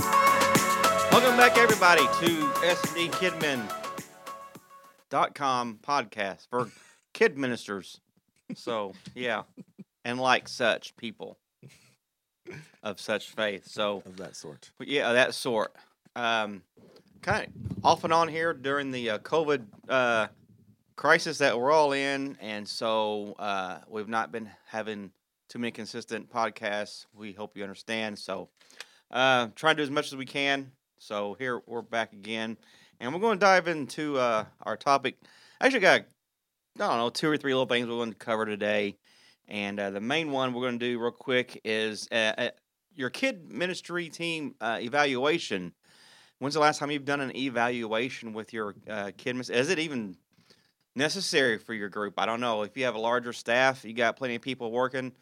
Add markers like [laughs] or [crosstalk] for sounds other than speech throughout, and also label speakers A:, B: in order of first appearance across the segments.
A: Welcome back, everybody, to sdkidmen.com podcast for kid ministers. So, yeah, and like such people of such faith. So,
B: of that sort.
A: but yeah, that sort. Um, kind of off and on here during the uh, COVID uh, crisis that we're all in, and so uh, we've not been having too many consistent podcasts. We hope you understand. So, uh, trying to do as much as we can. So here we're back again, and we're going to dive into uh, our topic. Actually, got I don't know two or three little things we're going to cover today, and uh, the main one we're going to do real quick is uh, uh, your kid ministry team uh, evaluation. When's the last time you've done an evaluation with your uh, kid? mis- Is it even necessary for your group? I don't know. If you have a larger staff, you got plenty of people working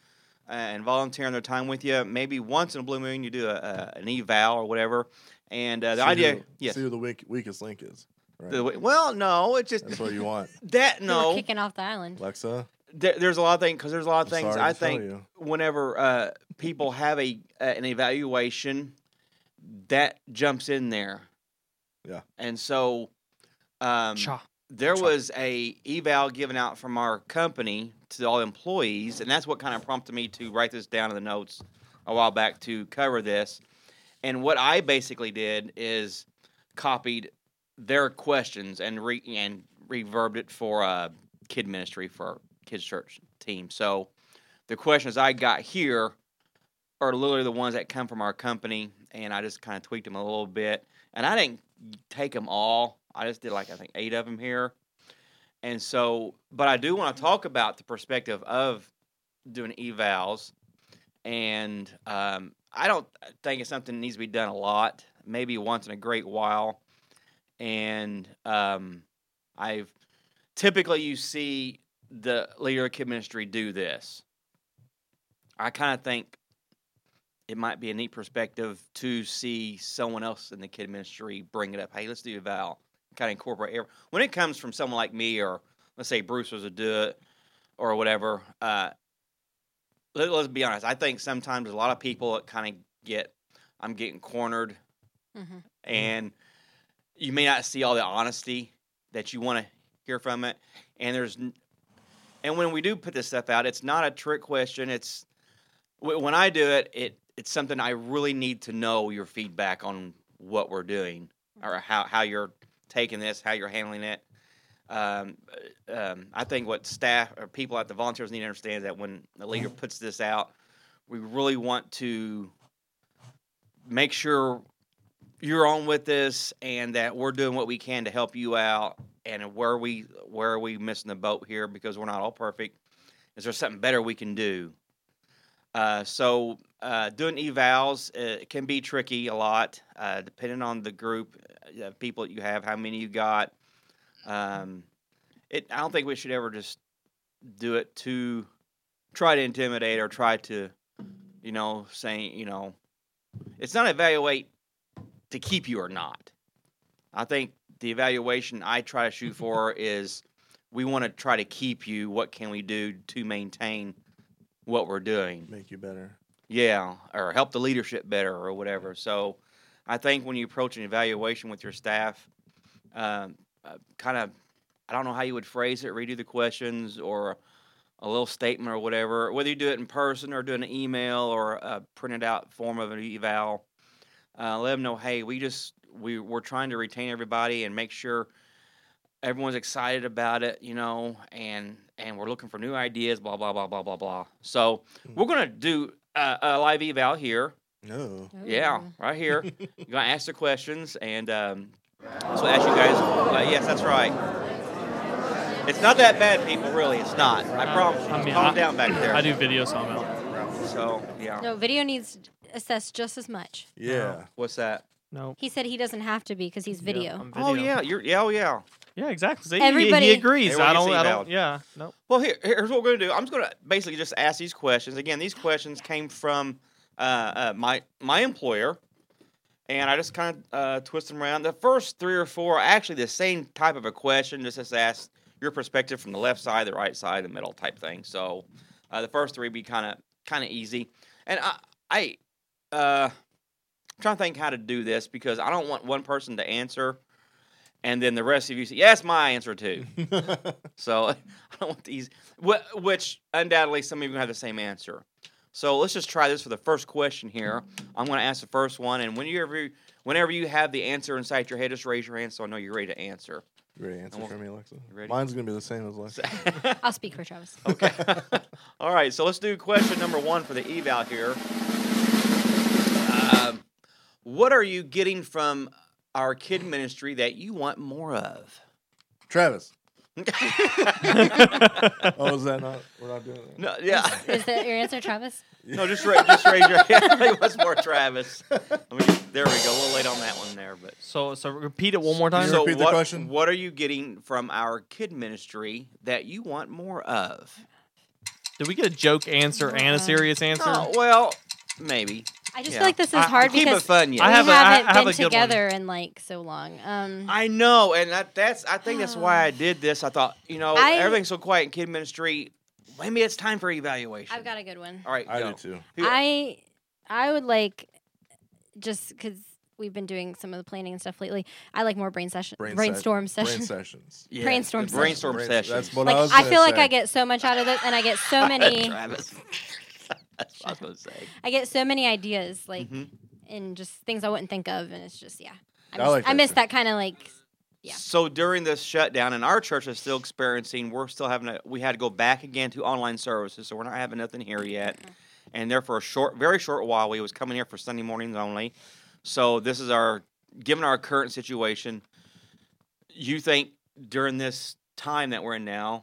A: uh, and volunteering their time with you. Maybe once in a blue moon, you do a, a, an eval or whatever. And uh, the
B: See
A: idea,
B: who-
A: yes.
B: See who the weak, weakest link is. Right.
A: The way- well, no, it's just
B: That's what you
A: [laughs]
B: want,
A: that.
C: You were
A: No,
C: kicking off the island.
B: Alexa.
A: there, there's a lot of things because there's a lot of
B: I'm
A: things
B: sorry
A: I
B: to tell
A: think
B: you.
A: whenever uh, people have a uh, an evaluation, that jumps in there.
B: Yeah.
A: And so, um, there
B: Cha.
A: was a eval given out from our company to all employees, and that's what kind of prompted me to write this down in the notes a while back to cover this. And what I basically did is copied their questions and re and reverbed it for uh, kid ministry for our kids church team. So the questions I got here are literally the ones that come from our company, and I just kind of tweaked them a little bit. And I didn't take them all. I just did like I think eight of them here. And so, but I do want to talk about the perspective of doing evals, and um, I don't think it's something that needs to be done a lot. Maybe once in a great while, and um, I've typically you see the leader of kid ministry do this. I kind of think it might be a neat perspective to see someone else in the kid ministry bring it up. Hey, let's do eval. Kind of incorporate every, when it comes from someone like me, or let's say Bruce was a do it or whatever. Uh, let, let's be honest. I think sometimes a lot of people that kind of get, I'm getting cornered
C: Mhm.
D: Mm-hmm.
A: and you may not see all the honesty that you want to hear from it. And there's, n- and when we do put this stuff out, it's not a trick question. It's wh- when I do it, it it's something I really need to know your feedback on what we're doing or how how you're taking this, how you're handling it. Um, uh, um, I think what staff or people at the volunteers need to understand is that when the leader puts this out, we really want to make sure you're on with this and that we're doing what we can to help you out and where we where are we missing the boat here because we're not all perfect is there something better we can do uh, so uh, doing evals uh, can be tricky a lot uh, depending on the group uh, people that you have how many you got um, it i don't think we should ever just do it to try to intimidate or try to you know saying you know it's not evaluate to keep you or not. I think the evaluation I try to shoot for is we want to try to keep you. What can we do to maintain what we're doing?
B: Make you better.
A: Yeah, or help the leadership better or whatever. So I think when you approach an evaluation with your staff, um, uh, kind of, I don't know how you would phrase it, redo the questions or a little statement or whatever, whether you do it in person or do an email or a printed out form of an eval. Uh, let them know, hey, we just we we're trying to retain everybody and make sure everyone's excited about it, you know, and and we're looking for new ideas, blah blah blah blah blah blah. So we're gonna do a, a live eval here
B: No.
C: Hmm.
A: Yeah, right here. You're gonna ask the questions, and um, so ask you guys. Uh, yes, that's right. It's not that bad, people. Really, it's not. I promise. you.
C: Uh, I mean,
A: Calm
C: I-
A: down
C: [clears throat]
A: back there.
C: I do video, so I'm out.
A: So yeah.
D: No, video needs assessed just as much.
B: Yeah.
A: What's that?
C: No.
D: He said he doesn't have to be because he's
C: Yeah,
D: video.
C: I'm
A: Oh yeah, you're yeah, oh yeah.
C: Yeah, exactly. See, he-
D: Everybody-
C: he, agrees. I
A: Everyone
C: don't.
A: gets
C: I
A: evaled.
C: don't. Yeah. Nope.
A: Well, here, here's what we're gonna do. I'm just gonna basically just ask these questions. Again, these questions came from uh, uh, my my employer, and I just kind of uh, twist them around. The first three or four are actually the same type of a question. Just as asked your perspective from the left side, the right side, the middle type thing. So uh, the first three be kind of kind of easy. And I I uh, I'm trying to think how to do this because I don't want one person to answer, and then the rest of you say, "Yes, my answer too." So [laughs] I don't want these, wh- which undoubtedly some of you have the same answer. So let's just try this for the first question here. I'm going to ask the first one, and whenever whenever you have the answer inside your head, just raise your hand so I know you're ready to answer.
B: Great answer
A: Almost-
B: for me, Alexa.
A: ready?
B: Mine's gonna be the same as Alexa.
A: [laughs]
D: [laughs] I'll speak for Travis.
A: okay. All right. So let's do question number one for the eval here. Um, what are you getting from our kid ministry that you want more of? [laughs]
B: Travis. Oh, is that not? We're not doing that.
A: no, yeah.
D: Is that your answer, Travis?
A: [laughs] No, just ra- just raise [laughs] your hand. It was more [laughs] Travis. I mean, there we go. A little late on that one there, but
C: So so repeat it one more
B: Can
C: time.
B: you
A: so
B: repeat the
A: what,
B: question?
A: what are you getting from our kid ministry that you want more of?
C: Did we get a joke answer and a serious answer?
A: Oh, well, maybe.
D: I just
A: Yeah.
D: feel like this is
C: I-
D: hard
A: keep it
D: because
A: fun, yeah.
C: I
D: we
C: have a- I-
D: haven't
C: I have
D: been
C: a good one.
D: together in like so long. Um,
A: I know, and that, that's I think that's why I did this. I thought, you know,
D: Ah. I-
A: everything's so quiet in kid ministry. Maybe it's time for evaluation.
D: I've got a good one.
A: All right,
B: I
A: go.
B: do too.
A: Here.
D: I I would like just because we've been doing some of the planning and stuff lately. I like more brain session,
B: Brain se-
D: brainstorm
B: Brain
D: sessions.
B: sessions.
A: Yeah,
D: brainstorm
A: the brainstorm
B: session.
A: session.
B: That's what
D: like
B: I was
D: I,
B: gonna
D: feel like
B: say.
D: I get so much out of this, and I get so
A: [laughs]
D: many.
A: Travis. that's what I was going to say.
D: I get so many ideas, like
A: Mhm.
D: and just things I wouldn't think of, and it's just yeah. I
B: I
D: miss,
B: like
D: I
B: that
D: miss
B: too.
D: that kind of like Yeah.
A: So during this shutdown, and our church is still experiencing, we're still having to, we had to go back again to online services, so we're not having nothing here yet. And there for a short, very short while, we was coming here for Sunday mornings only. So this is our, given our current situation, you think during this time that we're in now,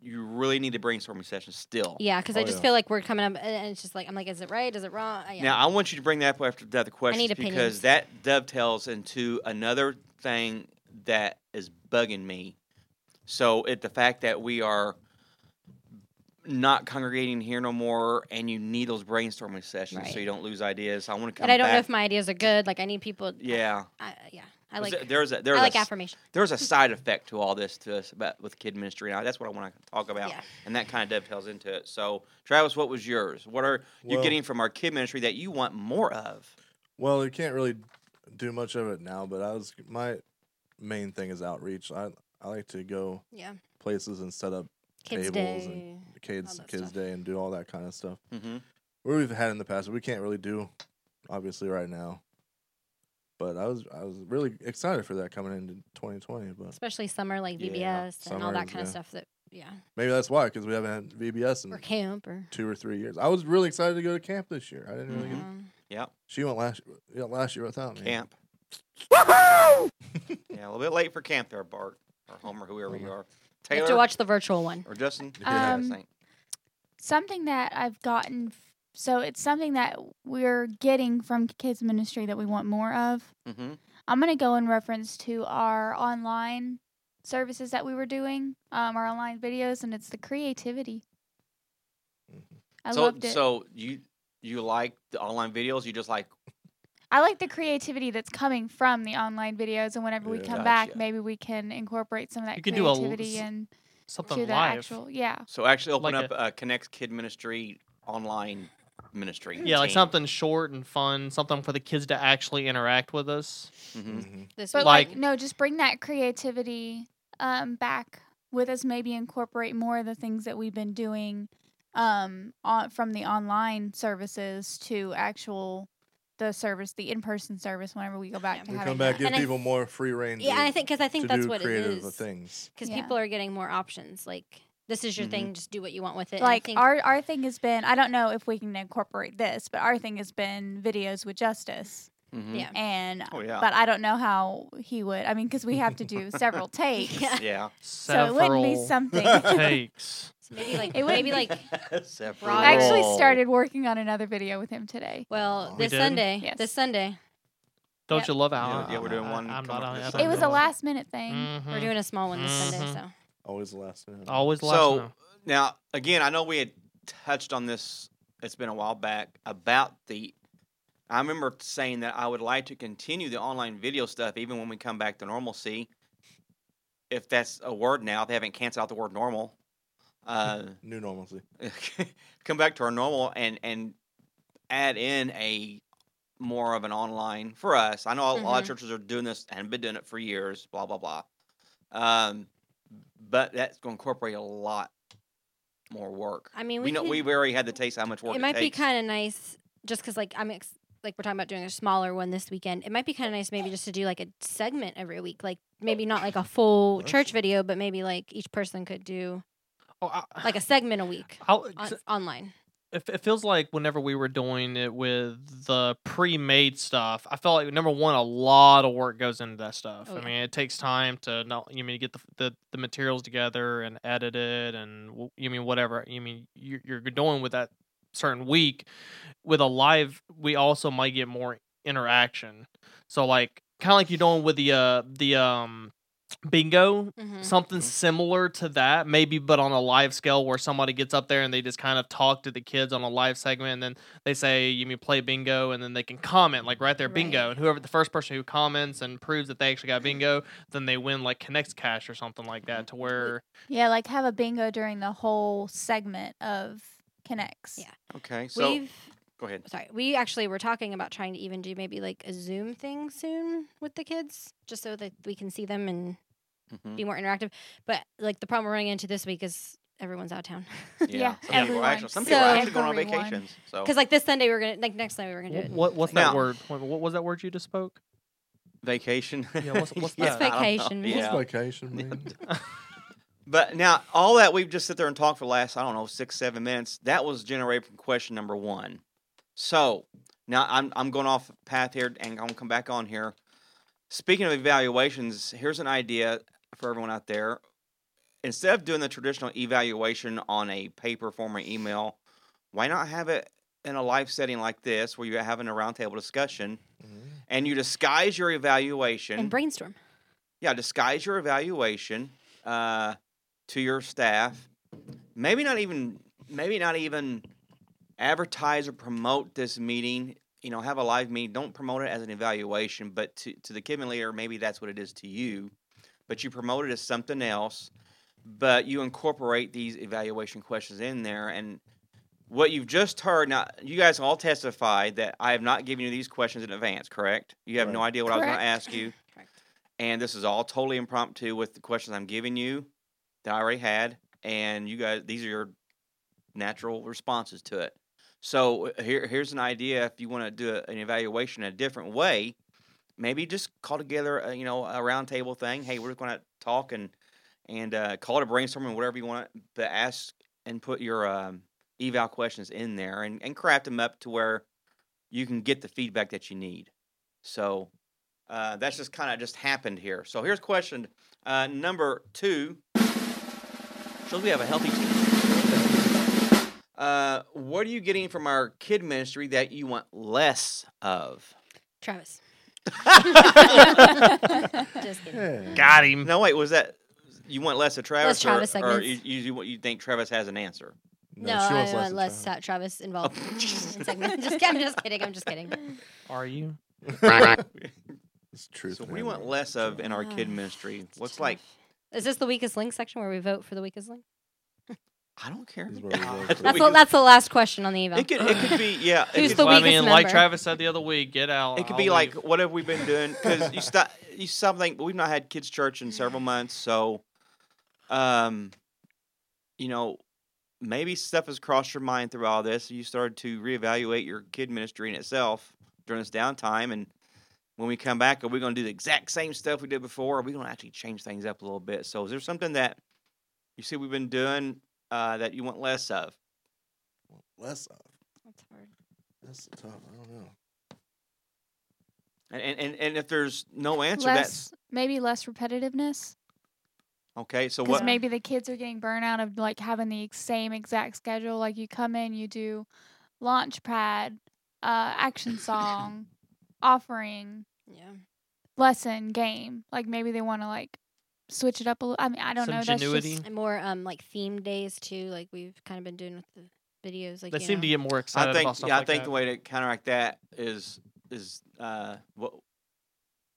A: you really need a brainstorming session still.
D: yeah, because I
B: Oh,
D: just
B: yeah.
D: feel like we're coming up, and- and it's just like I'm like, is it right? Is it wrong? Uh, yeah.
A: Now I want you to bring that up after the other question
D: need
A: because
D: opinions.
A: that dovetails into another thing that is bugging me. So it the fact that we are not congregating here no more, and you need those brainstorming sessions
D: Right.
A: so you don't lose ideas. I want to come
D: and I don't know
A: back-
D: if my ideas are good. Like I need people.
A: yeah,
D: I, yeah. I
A: Was
D: like.
A: there- there's a
D: I
A: there's
D: like
A: a, s-
D: affirmation.
A: there's a side effect to all this to us about with kid ministry. Now that's what I want to talk about,
D: Yeah.
A: and that kind of dovetails into it. So Travis, what was yours? What are you
B: Well-
A: getting from our kid ministry that you want more of?
B: Well, you can't really do much of it now, but I was my main thing is outreach. I I like to go
D: Yeah.
B: places and set up
D: Kids
B: tables
D: Day.
B: and kids
D: that
B: kids
D: stuff.
B: day and do all that kind of stuff.
A: Mm-hmm.
B: Where we've had in the past, we can't really do obviously right now. But I was I was really excited for that coming into 2020, but
D: especially summer like
A: Yeah,
D: VBS and all that
B: summers,
D: kind of
B: yeah. Mm.
D: stuff. That yeah,
B: maybe that's why because we haven't had VBS in
D: or camp or.
B: two or three years. I was really excited to go to camp this year. I didn't really. Get,
D: um,
B: she went last yeah, last year without me.
A: Mm-hmm. camp. yeah, a little bit late for camp there, Bart or Homer, whoever
C: Uh-huh.
A: you are.
D: you
A: Taylor
D: have to watch the virtual one.
A: or Justin.
B: Yeah.
A: I
E: Um,
A: think.
E: something that I've gotten. f- So it's something that we're getting from kids ministry that we want more of.
A: Mm-hmm.
E: I'm gonna go in reference to our online services that we were doing, um, our online videos, and it's the creativity.
B: Mhm.
E: I
A: so,
E: loved it.
A: so you you like the online videos? You just like
E: I like the creativity that's coming from the online videos, and whenever we
B: Yeah.
E: come back,
A: Gotcha.
E: maybe we can incorporate some of that
C: You could do a l-
E: creativity
C: s-
E: and
C: Something
E: to the
C: live.
E: actual. Yeah,
A: so actually open
C: Like
A: up uh, Connects Kid Ministry online ministry.
C: yeah, like
A: team.
C: something short and fun, something for the kids to actually interact with us.
A: Mhm.
B: Mhm.
D: This
E: but
C: Like-
E: like, no, just bring that creativity um, back with us. Maybe incorporate more of the things that we've been doing um, on, from the online services to actual the service, the in person service. Whenever we go back
D: Yeah.
E: to
B: We
E: having
B: come back,
E: that.
B: give
D: And I-
B: people more free reign.
D: yeah,
B: to-
D: and I think because I think
B: to
D: that's
B: do
D: what it
B: creative
D: is.
B: things.
D: Because
E: Yeah.
D: people are getting more options. Like This is your
A: Mhm.
B: Mm-hmm.
D: thing. Just do what you want with it. And I
E: like
D: think-
E: our our thing has been i don't know if we can incorporate this but our thing has been videos with justice
A: Mhm.
D: Yeah.
E: and
A: Oh yeah.
E: but i don't know how he would i mean because we have to do several takes
D: Yeah.
E: [laughs]
A: yeah.
E: so it wouldn't be
C: Several [laughs]
E: something
C: takes.
D: So maybe like
E: It would
D: maybe like
A: Separate.
D: broad-
E: i actually started working on another video with him today
D: well
A: Oh.
B: We
D: this
C: did?
D: Sunday.
E: Yes.
D: This Sunday
C: Don't
E: Yep.
C: you love how
A: Yeah, yeah, we're doing one
C: I'm
A: come
C: not
A: up
C: on
A: with
C: it.
A: something.
E: it was a last minute thing
A: Mm.
C: Mhm.
A: Hmm.
D: we're doing a small one this Sunday.
A: Mm-hmm.
C: Mhm.
D: So
B: Always the last minute.
C: Always the last
A: So-
C: minute.
A: Now, again, I know we had touched on this. It's been a while back about the. I remember saying that I would like to continue the online video stuff, even when we come back to normalcy. If that's a word now, if they haven't canceled out the word normal, uh,
B: New normalcy.
A: [laughs] come back to our normal and and add in a more of an online for us. I know a
D: Mm-hmm.
A: lot of churches are doing this and been doing it for years. Blah blah blah. Um, but that's going to incorporate a lot more work.
D: I mean,
A: we,
D: we
A: know
D: could-
A: we've already had the taste how much work
D: it
A: it,
D: might be
A: takes.
D: kind of nice just because like I'm ex- like we're talking about doing a smaller one this weekend. It might be kind of nice maybe just to do like a segment every week. Like maybe not like a full church video, but maybe like each person could do
C: Oh, I,
D: like a segment a week
C: I'll,
D: on, online.
C: it, it feels like whenever we were doing it with the pre-made stuff, I felt like number one, a lot of work goes into that stuff.
D: Oh,
C: I
D: yeah.
C: mean, it takes time to not you mean get the, the the materials together and edit it and w- you mean whatever you mean you, you're doing with that certain week. With a live, we also might get more interaction. So like kind of like you're doing with the uh the um bingo
D: hmm
A: Mm-hmm.
C: something similar to that maybe but on a live scale where somebody gets up there and they just kind of talk to the kids on a live segment and then they say you mean play bingo and then they can comment like right there bingo
D: Right.
C: and whoever the first person who comments and proves that they actually got bingo then they win like connects cash or something like
A: Mm-hmm.
C: that to where
E: yeah like have a bingo during the whole segment of connects
D: Yeah.
A: okay, so
D: We've
A: go
D: [laughs]
A: ahead.
D: sorry, we actually were talking about trying to even do maybe like a Zoom thing soon with the kids, just so that we can see them and
A: Mhm.
D: be more interactive. But like the problem we're running into this week is everyone's out of town.
E: yeah,
A: some people are
E: everyone.
A: actually, some people
D: So-
A: are actually going on
E: Everyone.
A: vacations.
D: [laughs]
A: So
D: Because like this Sunday we were gonna like next Sunday we were gonna do
C: what,
D: it.
C: what what's
A: Now-
C: that word what, what was that word you just spoke
A: vacation.
C: Yeah, what's-
A: [laughs]
C: what's
A: I don't
C: that?
A: know.
D: Vacation. What's
A: Yeah.
B: What's
A: [laughs]
B: vacation mean?
A: But now, all that we've just sit there and talked for the last, I don't know, six, seven minutes, that was generated from question number one. So now I'm, I'm going off path here and I'm going to come back on here. Speaking of evaluations, here's an idea for everyone out there. Instead of doing the traditional evaluation on a paper form or email, why not have it in a live setting like this where you're having a roundtable discussion
B: Mhm.
A: and you disguise your evaluation?
D: and brainstorm.
A: yeah, disguise your evaluation uh, to your staff. Maybe not even maybe not even advertise or promote this meeting. You know, have a live meeting. Don't promote it as an evaluation, but to, to the kidman leader, maybe that's what it is to you. But you promote it as something else. But you incorporate these evaluation questions in there, and what you've just heard. Now, you guys all testified that I have not given you these questions in advance. Correct? You have no
B: Right.
A: idea what I was going
E: Correct.
A: to ask you
D: Correct.
A: and this is all totally impromptu with the questions I'm giving you that I already had, and you guys, these are your natural responses to it. So uh, here, here's an idea: if you want to do a- an evaluation in a different way, maybe just call together, a, you know, a roundtable thing. Hey, we're going to talk and and uh, call it a brainstorming, whatever you want, but ask and put your um, eval questions in there and, and craft them up to where you can get the feedback that you need. So uh, that's just kind of just happened here. So here's question uh, number two. Shows we have a healthy team. Uh, what are you getting from our kid ministry that you want less of?
D: Travis. Just kidding.
B: Yeah.
C: got him
A: No, wait, was that you want less of Travis?
D: Travis
A: or, or
D: segments.
A: you, you, you think Travis has an answer?
D: No,
B: she
D: I
B: wants
D: want
B: of
D: less
B: time.
D: Sa- Travis involved.
A: Oh.
D: [laughs] in segment. just, I'm just kidding. I'm just kidding.
C: are you
B: It's truth.
A: so what
B: man.
A: do you want less of in our kid
D: Uh,
A: ministry? [laughs]
D: It's
A: What's
D: tough.
A: like?
D: Is this the weakest link section where we vote for the weakest link?
A: I don't care.
B: This is what we vote for.
D: That's
A: We
D: the,
A: just-
D: that's the last question on the email.
A: It could it
D: [clears throat]
A: could be yeah. it
D: Who's
A: could
D: the
A: be-
C: Well, I mean,
D: weakest
C: like
D: member.
C: Travis said the other week, get out.
A: It could
C: I'll
A: be
C: leave.
A: like what have we been doing? Because
C: [laughs]
A: you stop you something we've not had kids church in several months, so um, you know, maybe stuff has crossed your mind through all this. You started to reevaluate your kid ministry in itself during this downtime, and when we come back, are we going to do the exact same stuff we did before? Or are we going to actually change things up a little bit? So, is there something that you see we've been doing uh, that you want less of?
B: Less of.
D: That's hard.
B: That's tough. I don't know.
A: And and, and, and if there's no [laughs] answer,
E: less, maybe less repetitiveness.
A: that's okay. So
E: Because
A: what?
E: maybe the kids are getting burnt out of like having the ex- same exact schedule. Like you come in, you do launch pad, uh,
A: [laughs]
E: action song, offering,
D: Yeah.
E: lesson, game. Like maybe they want to like switch it up a little. I mean, I don't
C: Some
E: know. That's
C: genuity.
E: just
D: And more um like theme days too, like we've kind of been doing with the videos. Like
C: they
D: you
C: seem
D: know.
C: to get more excited
A: I think
C: about stuff
A: yeah, I
C: like
A: think
C: that.
A: the way to counteract that is is uh, what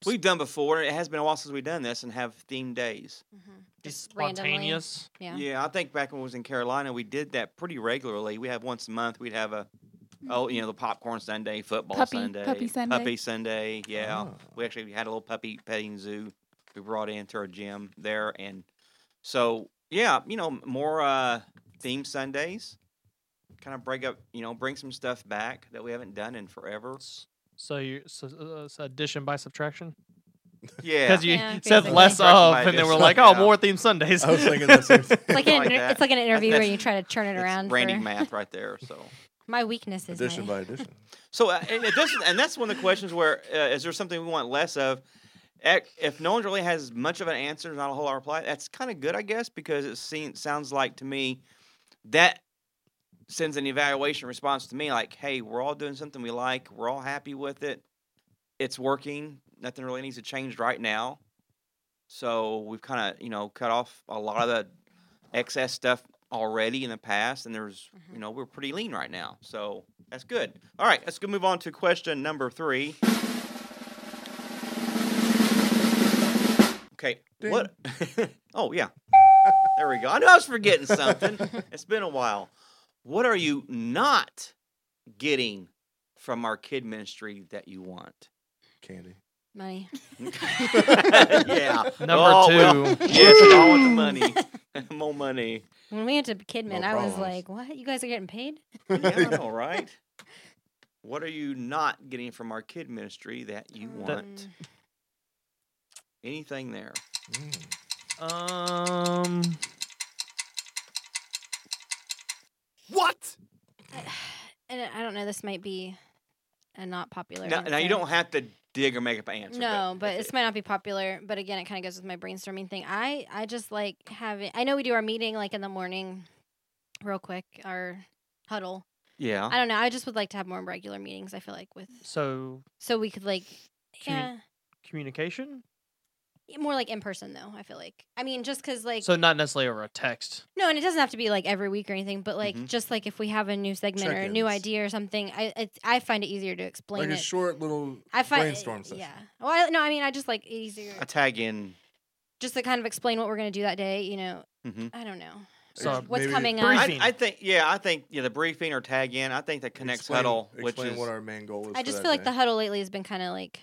A: we've done before. It has been a while since we've done this and have themed days.
D: Mhm.
C: Just
D: Just randomly.
C: spontaneous.
D: Yeah.
A: I think back when I was in Carolina, we did that pretty regularly. We have once a month. We'd have a oh, you know, the popcorn Sunday, football
E: Puppy-
A: Sunday,
E: puppy Sunday.
A: puppy Sunday. Yeah,
C: Oh.
B: Ah.
A: we actually had a little puppy petting zoo we brought into our gym there, and so yeah, you know, more uh, theme Sundays. Kind of break up, you know, bring some stuff back that we haven't done in forever.
C: S- So you so, uh, so addition by subtraction [laughs]
A: Yeah,
C: because you
D: Yeah,
C: said
D: basically.
C: less
A: Subtraction
C: of,
A: by
C: and they were
A: addition,
C: like, "Oh,
A: yeah.
C: more theme
B: [laughs]
C: Sundays."
B: I was thinking the same thing.
D: It's like, an
A: Like
D: inter-
A: that.
D: it's like an interview where
A: that's-
D: you try to turn it
A: That's
D: around.
A: Randy
D: [laughs] for-
A: math right there. So,
D: My weakness is
B: Addition
D: my-
B: by addition.
A: so uh, and, it doesn't- and that's one of the questions where uh, is there something we want less of? Ec- If no one really has much of an answer, there's not a whole lot of reply. That's kind of good, I guess, because it seems sounds like to me that sends an evaluation response to me, like, "Hey, we're all doing something we like. We're all happy with it. It's working. Nothing really needs to change right now." So we've kind of you know cut off a lot of the excess stuff already in the past, and there's you
D: Mhm.
A: know we're pretty lean right now, so that's good. All right, let's go move on to question number three. Okay,
B: Ding.
A: what? [laughs] oh yeah, there we go. I knew I was forgetting something. it's been a while. What are you not getting from our kid ministry that you want?
B: Candy.
D: money.
A: [laughs] yeah. Oh,
C: Number
A: well,
C: two.
A: yes, we all want the money. [laughs] More money.
D: When we went to Kidman,
B: No
D: I was
B: problems.
D: like, "What? You guys are getting paid?"
A: Yeah, I know, right? What are you not getting from our kid ministry that you
D: Um,
A: want? Anything there?
B: Mm.
C: [laughs] Um,
D: and I don't know. This might be a not popular.
A: Now, now you
D: answer.
A: don't have to dig or make up an answer.
D: No, but
A: if
D: this
A: it-
D: might not be popular. But again, it kind of goes with my brainstorming thing. I I just like having. I know we do our meeting like in the morning, real quick. Our huddle.
A: yeah.
D: I don't know. I just would like to have more regular meetings. I feel like with
C: so
D: so we could like yeah
C: commu- communication.
D: yeah, more like in person though. I feel like. I mean, just because like
C: So not necessarily over a text.
D: No, and it doesn't have to be like every week or anything, but like
B: Mm-hmm.
A: Mhm.
D: just like if we have a new segment or a new
B: Check-ins.
D: idea or something, I it's, I find it easier to explain
B: Like a
D: it.
B: short little
D: I find
B: brainstorm session.
D: Yeah. Well, I, no, I mean I just like easier [laughs]
A: I tag in.
D: just to kind of explain what we're gonna do that day. You know,
A: hmm
D: I don't know
C: So
B: Ex-
D: what's
B: maybe
D: coming up.
A: I,
C: Briefing.
A: I think, yeah, I think, yeah, the briefing or tag in, I think that connects
B: explain-
A: huddle, which
B: explain
A: is
B: what our main goal is.
D: I
B: for
D: just
B: that
D: feel like
B: day.
D: the huddle lately has been kind of like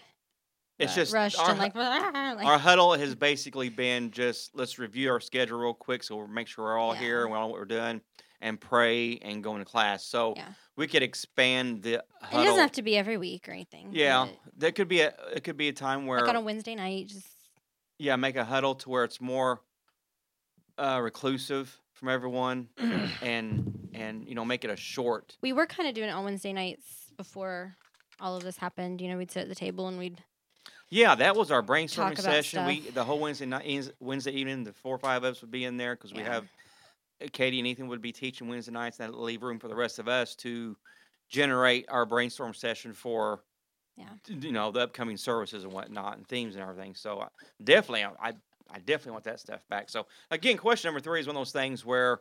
A: it's
D: uh,
A: just
D: rushed
A: our
D: and
A: hu-
D: like, [laughs] like-
A: Our huddle has basically been just let's review our schedule real quick so we'll make sure we're all
D: Yeah.
A: here and we all know what we're doing and pray and go into class. So
D: Yeah.
A: we could expand the
D: and
A: huddle.
D: it doesn't have to be every week or anything.
A: yeah,
D: but,
A: that could be a it could be a time where
D: like on a Wednesday night, just
A: yeah make a huddle to where it's more uh, reclusive from
D: [clears throat]
A: everyone and and you know make it a short.
D: we were kind of doing it on Wednesday nights before all of this happened. You know, we'd sit at the table and we'd
A: Yeah, that was our
D: Talk
A: brainstorming
D: about
A: session. We
D: stuff.
A: the whole Wednesday night, ens- Wednesday evening, the four or five of us would be in there because we
D: Yeah.
A: have uh, Katie and Ethan would be teaching Wednesday nights, and that leave room for the rest of us to generate our brainstorm session for,
D: Yeah.
A: d- you know, the upcoming services and whatnot and themes and everything. So I, definitely, I I- I definitely want that stuff back. So again, question number three is one of those things where.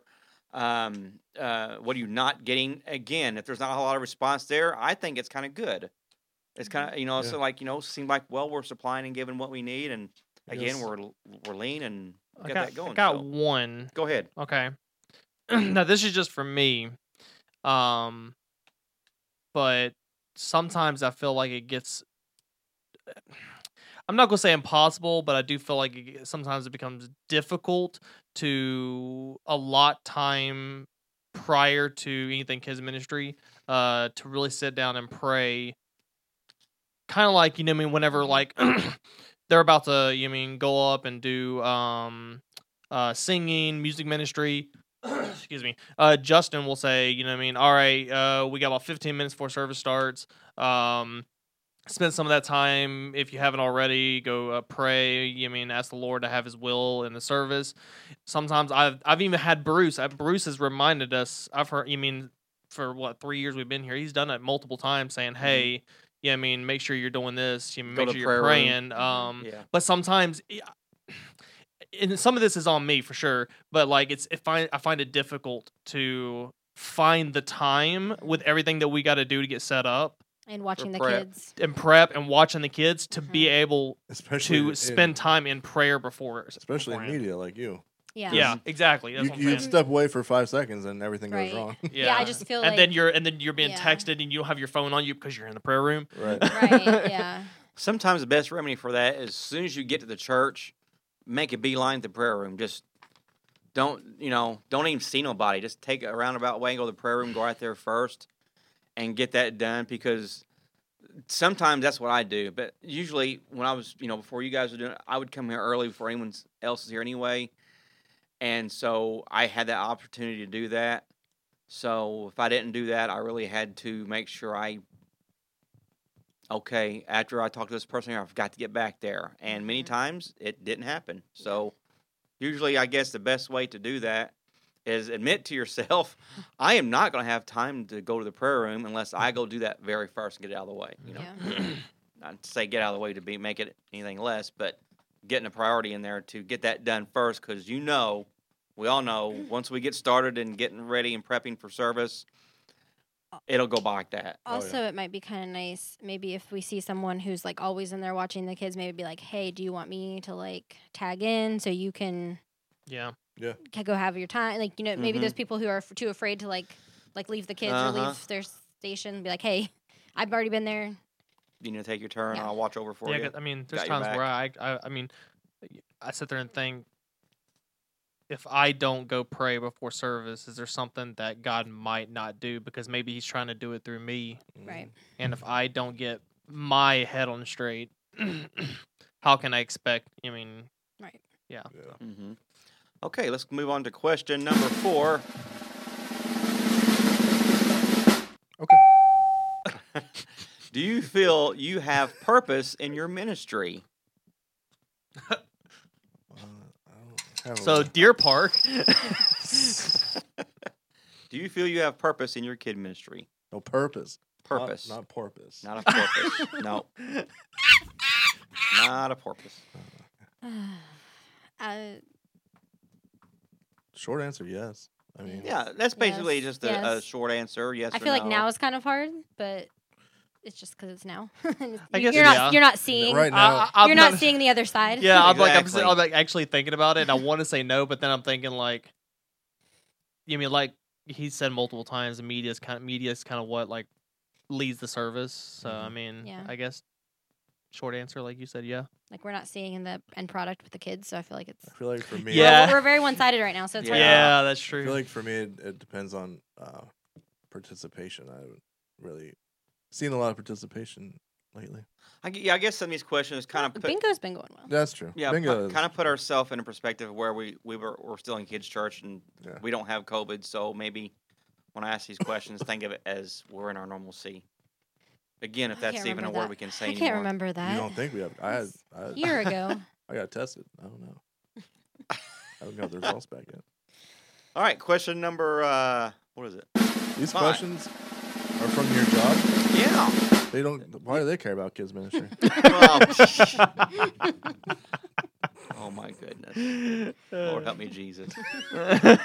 A: Um, uh, what are you not getting? Again, if there's not a lot of response there, I think it's kind of good. It's kind of you know,
B: Mm-hmm. Yeah.
A: so like you know, seem like well, we're supplying and giving what we need, and again,
B: Yes.
A: we're l- we're lean and
C: I
A: got
C: got,
A: that going.
C: I got
A: so.
C: one.
A: Go ahead.
C: Okay. [clears throat] now this is just for me. Um but sometimes I feel like it gets I'm not going to say impossible, but I do feel like it, get- sometimes it becomes difficult to allot time prior to anything kids ministry uh to really sit down and pray kind of like you [clears throat] know what I mean whenever like they're about to you know what I mean go up and do um uh, singing, music ministry. [clears throat] Excuse me. Uh, Justin will say, you know what I mean? All right, uh, we got about 15 minutes before service starts. Um, spend some of that time, if you haven't already, go uh, pray. You know what I mean, ask the Lord to have his will in the service. Sometimes I've, I've even had Bruce. Uh, Bruce has reminded us, I've heard, you mean, for what, three years we've been here, he's done it multiple times saying, hey, yeah, I mean, make sure you're doing this. You know,
A: Mm-hmm. Go to
C: make sure you're
A: prayer room.
C: praying.
D: Mm-hmm.
C: Um,
B: Mm-hmm.
A: yeah.
C: but sometimes it- and some of this is on me for sure but like it's it find, i find it difficult to find the time with everything that we got to do to get set up
D: and watching the
A: prep.
D: kids.
C: and prep and watching the kids to be
D: Mm-hmm.
C: able
B: especially
C: to
B: in-
C: spend time in prayer before
B: especially in
C: beforehand.
B: media like you.
D: Yeah.
C: yeah exactly that's
B: You,
C: what
B: you
C: i'm
B: could
C: saying
B: step away for five seconds and everything
D: Right.
B: goes wrong.
D: [laughs] Yeah, I just feel
C: and
D: like
C: then you're and then you're being
D: Yeah.
C: texted and you don't have your phone on you because you're in the prayer room
B: right.
D: [laughs]
B: Uh,
C: [laughs]
D: right. Yeah.
A: Sometimes the best remedy for that is as soon as you get to the church, make a beeline to the prayer room. Just don't, you know, don't even see nobody. Just take a roundabout way and go to the prayer room, go out there first and get that done because sometimes that's what I do. But usually when I was, you know, before you guys were doing it, I would come here early before anyone else is here anyway. And so I had that opportunity to do that. So if I didn't do that, I really had to make sure I okay, after I talked to this person here, I forgot to get back there. And many
D: Mhm.
A: times it didn't happen. So usually I guess the best way to do that is admit to yourself, [laughs] I am not going to have time to go to the prayer room unless I go do that very first and get it out of the way. You know, [clears throat] not to say get out of the way to be make it anything less, but getting a priority in there to get that done first because you know, we all know once we get started and getting ready and prepping for service, it'll go by like that.
B: Oh, yeah.
D: Also, it might be kind of nice, maybe if we see someone who's like always in there watching the kids, maybe be like, "Hey, do you want me to like tag in so you can
C: yeah
D: ca- go have your time?" Like, you know, maybe
C: Mm-hmm.
A: Mhm.
D: those people who are f- too afraid to like like leave the kids or
A: Uh-huh.
D: leave their station, be like, "Hey, I've already been there."
A: You need to take your turn.
D: Yeah.
A: I'll watch over for
C: yeah,
A: you.
C: 'cause, I mean, there's
A: Got your
C: times where I, I, I mean, I sit there and think, if I don't go pray before service, is there something that God might not do because maybe He's trying to do it through me,
D: Right.
C: and if I don't get my head on straight, [clears throat] how can I expect? I mean,
D: Right. [sighs]
C: yeah,
B: Yeah.
C: so.
A: hmm Okay, let's move on to question number four.
B: Okay.
A: [laughs] Do you feel you have purpose in your ministry?
B: Uh, I don't have a
C: So
B: lot.
C: Deer Park,
A: Do you feel you have purpose in your kid ministry?
B: no purpose. Not-
A: Purpose.
B: Not, porpoise.
A: Not a porpoise. no. Not a porpoise.
D: uh,
B: Short answer, yes. I mean,
A: Yeah, that's basically
D: Yes,
A: just a, a
D: yes.
A: short answer. Yes.
D: I
A: or
D: feel like
A: no.
D: now is kind of hard, but it's just because it's now. [laughs] And
C: I
D: you-
C: guess-
D: you're not
C: yeah.
D: you're not seeing
B: Right now,
C: I- I- I'm
D: you're not seeing the other
E: [laughs]
D: side.
C: [laughs] Yeah, I'm like I'm, si-
A: Exactly.
C: I'm like actually thinking about it, and I want to say no, but then I'm thinking like, you mean like he said multiple times, the media is kind of media is kind of what like leads the service. So I mean,
D: Yeah.
C: I guess short answer, like you said, yeah,
D: like we're not seeing in the end product with the kids, so I feel like it's
B: I feel like for me,
D: we're-
C: Yeah.
D: we're, very one sided right now, so it's
A: Yeah.
D: hard.
C: yeah, that's
B: I
C: true.
B: feel like for me, it, it depends on uh, participation. I haven't really seen a lot of participation lately.
A: I, gu- yeah, I guess some of these questions kind of
D: Well,
A: put.
D: Bingo's been going well.
B: That's true.
A: Yeah,
B: Bingo is-
A: kind of put ourselves in a perspective where we, we were, we're still in kids' church and
B: Yeah.
A: we don't have COVID. So maybe when I ask these questions, think of it as we're in our normalcy. Again, if
D: I
A: that's
D: can't
A: even a
D: remember
A: word
D: that.
A: we can say
D: I
A: anymore.
D: can't remember that.
B: You don't think we have? I had, I,
D: A year
B: [laughs]
D: ago.
B: I got tested. I
A: [laughs]
B: don't know. I don't got the results back yet.
A: All right, question number, uh, what is it?
B: These
A: Fine.
B: questions are from your job.
A: Yeah.
B: They don't. Why do they care about
A: [laughs]
B: kids ministry?
A: Well, oh my goodness. Lord help me, Jesus. [laughs] okay,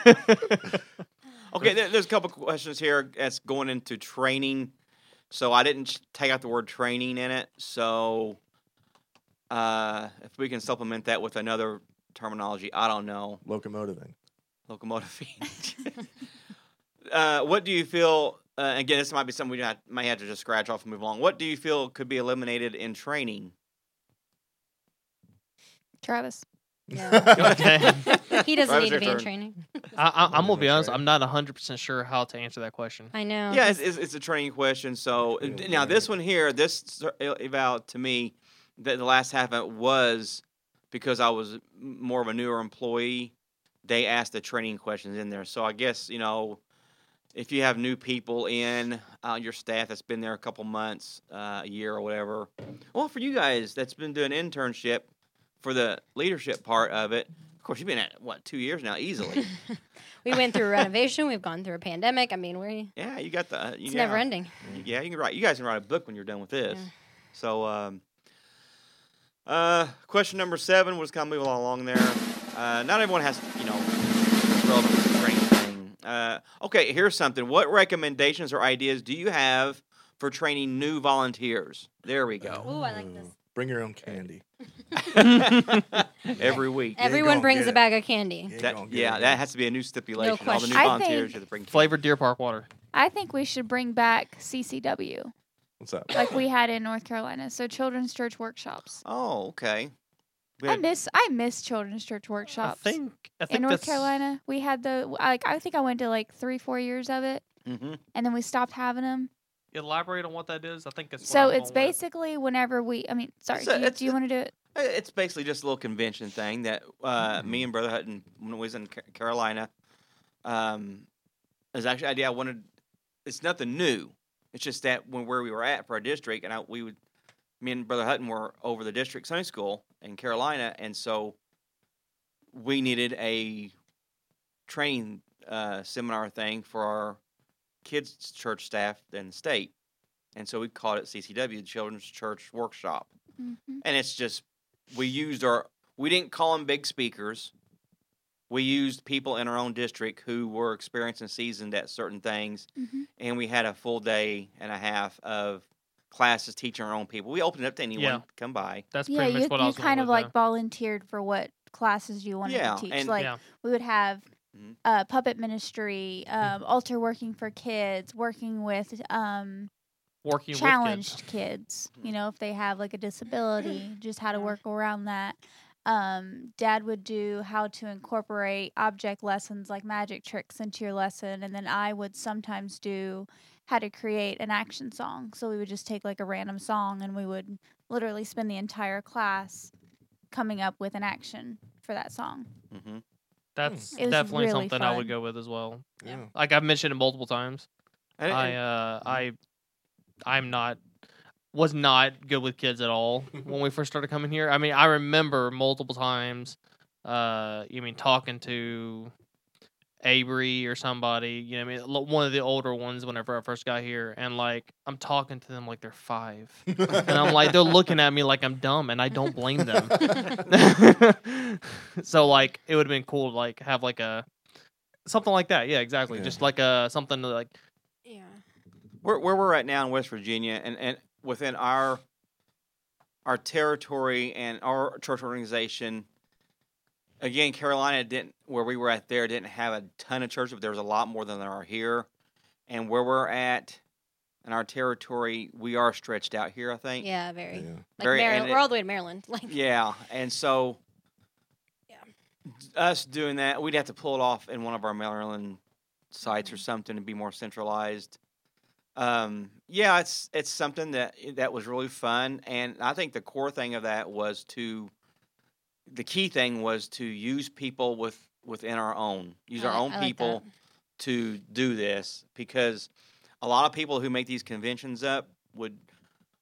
A: there, there's a couple questions here that's going into training. So I didn't sh- take out the word training in it. So uh, if we can supplement that with another terminology, I don't know.
B: Locomotiving.
A: Locomotive. [laughs] fiend. uh, what do you feel? Uh, again, this might be something we not, might have to just scratch off and move along. What do you feel could be eliminated in training?
E: Travis.
B: [laughs]
D: No. [laughs]
C: okay,
D: he doesn't
A: Travis, your
D: need to be in
A: turn.
D: training.
C: I, I, I'm gonna
B: That's
C: be honest.
B: right.
C: I'm not 100 percent sure how to answer that question.
D: I know. [laughs]
A: Yeah, it's, it's, it's a training question. So
B: Training,
A: d- now this
B: right.
A: one here, this cer- e- eval to me, the, the last half of it was because I was m- more of a newer employee they ask the training questions in there. So I guess you know, if you have new people in uh, your staff that's been there a couple months, uh, a year or whatever, well, for you guys that's been doing internship for the leadership part of it, of course you've been at what two years now
D: [laughs]
A: easily.
D: We went through [laughs] a renovation. We've gone through a pandemic. I mean, we
A: yeah, you got the you
D: it's
A: yeah.
D: never ending.
A: Yeah, you can write. You guys can write a book when you're done with this.
D: Yeah.
A: So, um, uh, question number seven. We'll just kind of move along there. Uh, not everyone has, you know, relevant to the training thing. Uh, okay, here's something. What recommendations or ideas do you have for training new volunteers? There we go.
B: [laughs]
D: Ooh, I like this.
B: Bring your own candy.
A: Every week.
B: Every-
D: Everyone
B: gonna
D: brings
B: get
D: a
B: it.
D: bag of candy.
B: You ain't
A: That-
B: gonna get
A: yeah,
B: it.
A: that has to be a new stipulation. All the
D: question.
A: new
D: I
A: volunteers
E: think-
A: you have to bring.
C: Flavored Deer Park water.
E: I think we should bring back CCW
B: What's up?
E: like we had in North Carolina. So children's church workshops.
A: Oh, okay. We
E: I
A: had-
E: miss I miss children's church
C: I
E: workshops.
C: think I think
E: in North
C: that's-
E: Carolina, we had the like I think I went to like 3 4 years of it
A: Mhm.
E: and then we stopped having them.
C: Elaborate on what that is. I think that's what
E: so
C: I'm
E: it's
C: going with.
E: basically whenever we I mean, sorry,
A: a-
E: do you,
A: it's
E: do you
A: a-
E: want to do it?
A: Uh, It's basically just a little convention thing that uh, me and Brother Hutton, when we was in Ca- Carolina, um, is actually an idea I wanted. It's nothing new. It's just that when where we were at for our district, and I, we would, me and Brother Hutton were over the district Sunday school in Carolina, and so we needed a training uh, seminar thing for our kids church staff in the state, and so we called it CCW, the Children's Church Workshop
E: Mhm.
A: and it's just we used our we didn't call them big speakers we used people in our own district who were experienced and seasoned at certain things
E: Mhm.
A: and we had a full day and a half of classes teaching our own people we opened it up to anyone
C: Yeah.
A: to come by
C: That's
E: Yeah,
C: pretty
E: you,
C: much what I
E: you
C: was going
E: kind of
C: with,
E: like
C: uh,
E: volunteered for what classes you wanted
A: Yeah,
E: to teach.
A: and-
E: like
C: yeah. Mm-hmm.
E: we would have
A: Mhm.
E: uh, puppet ministry, um, altar working for kids, working with um,
C: working
E: challenged
C: with kids. Mm-hmm.
E: kids.
A: Mhm.
E: You know, if they have like a disability,
C: [clears throat]
E: just how to
D: Yeah.
E: work around that. Um, Dad would do how to incorporate object lessons like magic tricks into your lesson, and then I would sometimes do how to create an action song. So we would just take like a random song, and we would literally spend the entire class coming up with an action for that song.
A: hmm
C: That's
E: It was
C: definitely
E: really
C: something I would
E: fun.
C: go with as well.
B: Yeah.
C: Like I've mentioned it multiple times.
A: And,
C: I
A: and- Mm-hmm.
C: uh I I'm not was not good with kids at
A: [laughs]
C: all when we first started coming here. I mean, I remember multiple times uh you mean talking to Avery or somebody, you know, what I mean, lo- one of the older ones whenever I first got here and like I'm talking to them like they're 5.
D: [laughs]
B: [laughs]
C: And I'm like they're looking at me like I'm dumb and I don't
A: [laughs]
C: blame them. [laughs] so like it would have been cool to like have like a something like that. Yeah, exactly.
B: Yeah.
C: Just like a something to, like
D: Yeah.
A: where, where we're at now in west virginia and, and within our our territory and our church organization again carolina didn't where we were at there didn't have a ton of churches but there was a lot more than there are here and where we're at in our territory we are stretched out here i think
D: Yeah, very. Like
A: Very,
D: Maryland,
A: and
D: we're
A: it-
D: all the way to Maryland. [laughs] Like
A: yeah and so
D: Yeah.
A: us doing that we'd have to pull it off in one of our maryland sites or
D: Mm-hmm.
A: something to be more centralized um, yeah it's it's something that that was really fun and i think the core thing of that was to the key thing was to use people with within our own use
D: I
A: our
D: li-
A: own
D: Oh, I like
A: people
D: that.
A: to do this because a lot of people who make these conventions up would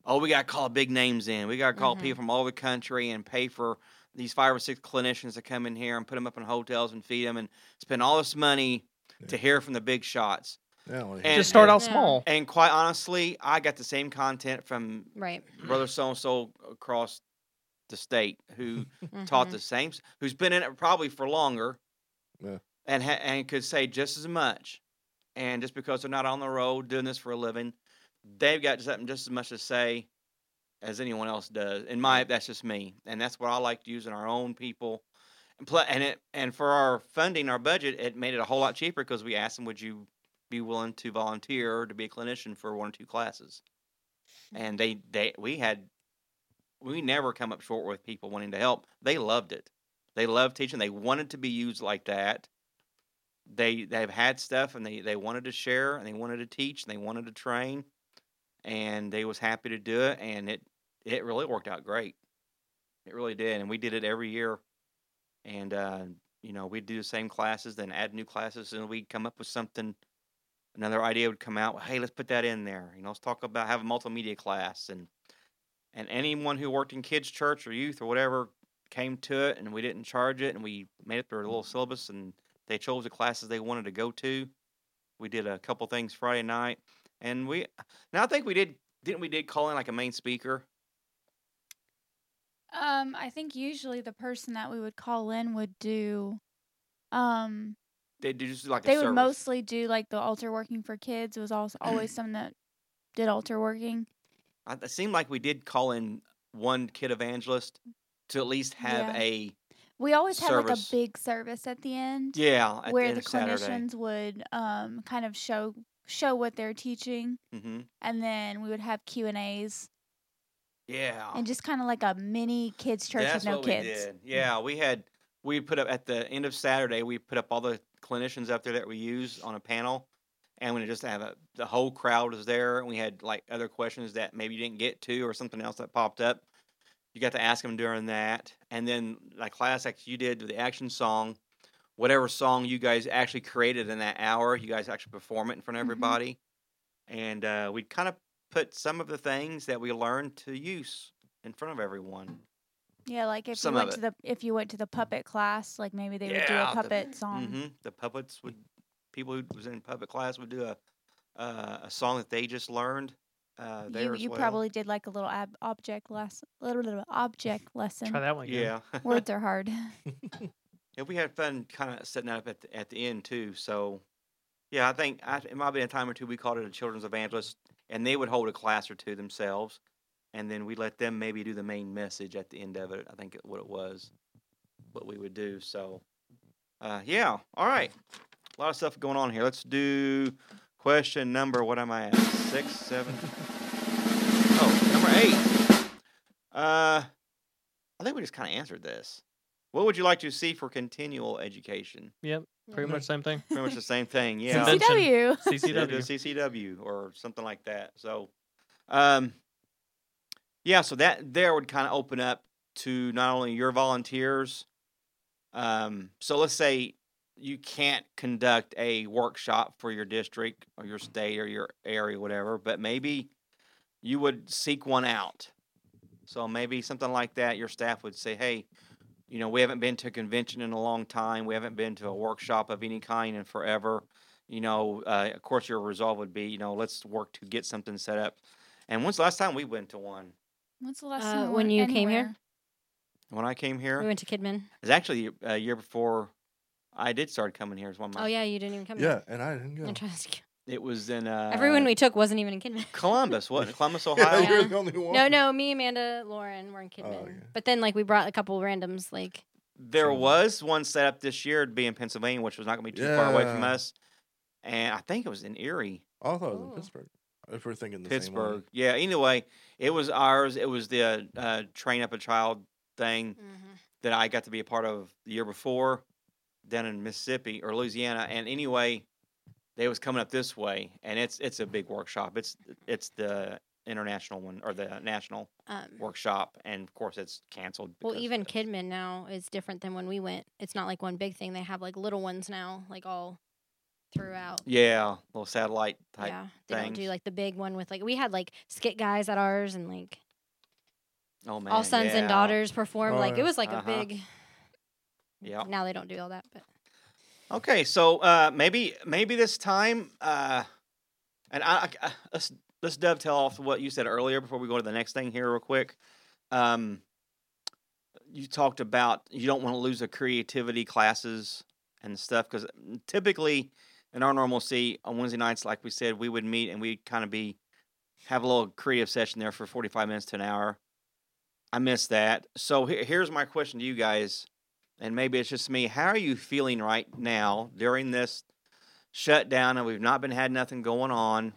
A: oh we got to call big names in we got to call
D: Mhm.
A: people from all over the country and pay for these five or six clinicians to come in here and put them up in hotels and feed them and spend all this money to hear from the big shots
B: Yeah, I wanna
A: And-
B: hear
C: just start
B: it.
C: out
D: Yeah.
C: small.
A: and quite honestly i got the same content from
D: right.
A: brother so and so across the state who taught
D: Mhm.
A: the same s- who's been in it probably for longer
B: Yeah.
A: and ha- and could say just as much and just because they're not on the road doing this for a living they've got something just as much to say as anyone else does in my that's just me and that's what i liked using our own people and pl- and it and for our funding our budget it made it a whole lot cheaper because we asked them would you be willing to volunteer or to be a clinician for one or two classes and they they we had we never come up short with people wanting to help. They loved it. They loved teaching. They wanted to be used like that. They they've had stuff and they they wanted to share and they wanted to teach and they wanted to train, and they was happy to do it. And it it really worked out great. It really did. And we did it every year, and uh, you know, we'd do the same classes, then add new classes, and we'd come up with something. Another idea would come out. Hey, let's put that in there. You know, let's talk about have a multimedia class, and and anyone who worked in kids' church or youth or whatever came to it, and we didn't charge it, and we made up their little syllabus, and they chose the classes they wanted to go to. We did a couple things Friday night, and we now I think we did didn't we did call in like a main speaker.
E: Um, I think usually the person that we would call in would do, um,
A: They did just like a
E: they would
A: service.
E: mostly do like the altar working for kids was also
A: [clears throat]
E: always someone that did altar working.
A: I- It seemed like we did call in one kid evangelist to at least have
E: Yeah.
A: a
E: We always had like a
A: Service.
E: big service at the end
A: yeah at
E: where
A: the, end
E: the
A: of Saturday.
E: clinicians would um kind of show show what they're teaching,
A: Mm-hmm.
E: and then we would have Q and A's
A: Yeah,
E: and just kind of like a mini kids church
A: that's
E: with no
A: what
E: kids.
A: we did. Yeah, we had we put up at the end of Saturday we put up all the clinicians up there that we use on a panel, and we just have a, the whole crowd was there, and we had like other questions that maybe you didn't get to or something else that popped up. You got to ask them during that, and then like class act you did the action song. Whatever song you guys actually created in that hour, you guys actually perform it in front of
E: Mhm.
A: everybody, and uh, we kind of put some of the things that we learned to use in front of everyone.
E: Yeah, like if
A: Some
E: you
A: of
E: went to the if you went to the puppet class, like maybe they would do
A: Yeah,
E: a
A: the-
E: puppet song.
A: hmm The puppets would, people who was in puppet class would do a uh, a song that they just learned. Uh, there
E: You
A: as
E: you
A: well.
E: probably did like a little ab- object lesson,
A: [laughs]
E: little little object lesson.
C: Try that one. Again.
A: yeah. [laughs]
E: Words are hard. [laughs]
A: yeah, we had fun kind of setting that up at the, at the end too. So, yeah, I think I, it might have been a time or two we called it a children's evangelist, and they would hold a class or two themselves, and then we let them maybe do the main message at the end of it. I think it- what it was, what we would do. So, uh, yeah, all right, a lot of stuff going on here. Let's do question number. What am I at? Six, seven. Oh, number eight. Uh, I think we just kind of answered this. What would you like to see for continual education?
C: Pretty much same [laughs] thing.
A: Pretty much the same thing. Yeah.
C: Convention.
E: CCW.
A: Yeah, the
C: CCW.
A: CCW or something like that. So, um, yeah, so that there would kind of open up to not only your volunteers. Um, so let's say you can't conduct a workshop for your district or your state or your area, whatever, but maybe you would seek one out. So maybe something like that, your staff would say, hey, you know, we haven't been to a convention in a long time. We haven't been to a workshop of any kind in forever you know, uh, of course, your resolve would be, you know, let's work to get something set up. And when's the last time we went to one?
E: When's the last
D: Uh,
E: time we
D: when
E: went
D: you came here?
E: anywhere?
A: When I came here,
D: We
A: it
D: went to Kidman.
A: was actually a year before I did start coming here. Is one of my,
D: Oh yeah, you didn't even come.
B: yeah, and I didn't go.
D: I'm trying to ask you.
A: It was in uh,
D: Everyone we took wasn't even in Kidman.
A: Columbus, what
D: [laughs]
A: Columbus,
B: [laughs] Yeah,
A: Ohio.
B: you're the only one.
D: No, no, me, Amanda, Lauren were in
A: Oh,
D: Kidman.
B: yeah.
D: But then like we brought a couple randoms like
A: There
B: Sure.
A: was one set up this year to be in Pennsylvania, which was not going to be too far away from
B: Yeah.
A: us. And I think it was in Erie.
B: I thought it was
D: Ooh.
B: in Pittsburgh. If we're thinking the
A: Pittsburgh. Yeah. Anyway, it was ours. It was the uh, train up a child thing that I got to be a part of the year before down in Mississippi or Louisiana. And anyway, they was coming up this way, and it's it's a big workshop. It's it's the international one or the national
D: um
A: workshop, and of course it's canceled.
D: well,
A: because of
D: even
A: this.
D: Kidman now is different than when we went. It's not like one big thing. They have like little ones now, like all throughout.
A: Yeah, little satellite type.
D: yeah, they don't
A: things.
D: do like the big one with like we had like skit guys at ours and like
A: Oh man,
D: all sons
A: yeah.
D: and daughters perform.
B: Oh,
D: like
B: yeah.
D: it was like
A: Uh-huh.
D: a big.
A: Yeah.
D: Now they don't do all that, but
A: Okay, so uh, maybe maybe this time, uh, and I, I- I- let's let's dovetail off of what you said earlier before we go to the next thing here, real quick. Um, you talked about you don't want to lose the creativity classes and stuff because typically in our normalcy on Wednesday nights, like we said, we would meet and we'd kind of be have a little creative session there for forty five minutes to an hour. I miss that. So he- here's my question to you guys and maybe it's just me. How are you feeling right now during this shutdown and we've not been had nothing going on?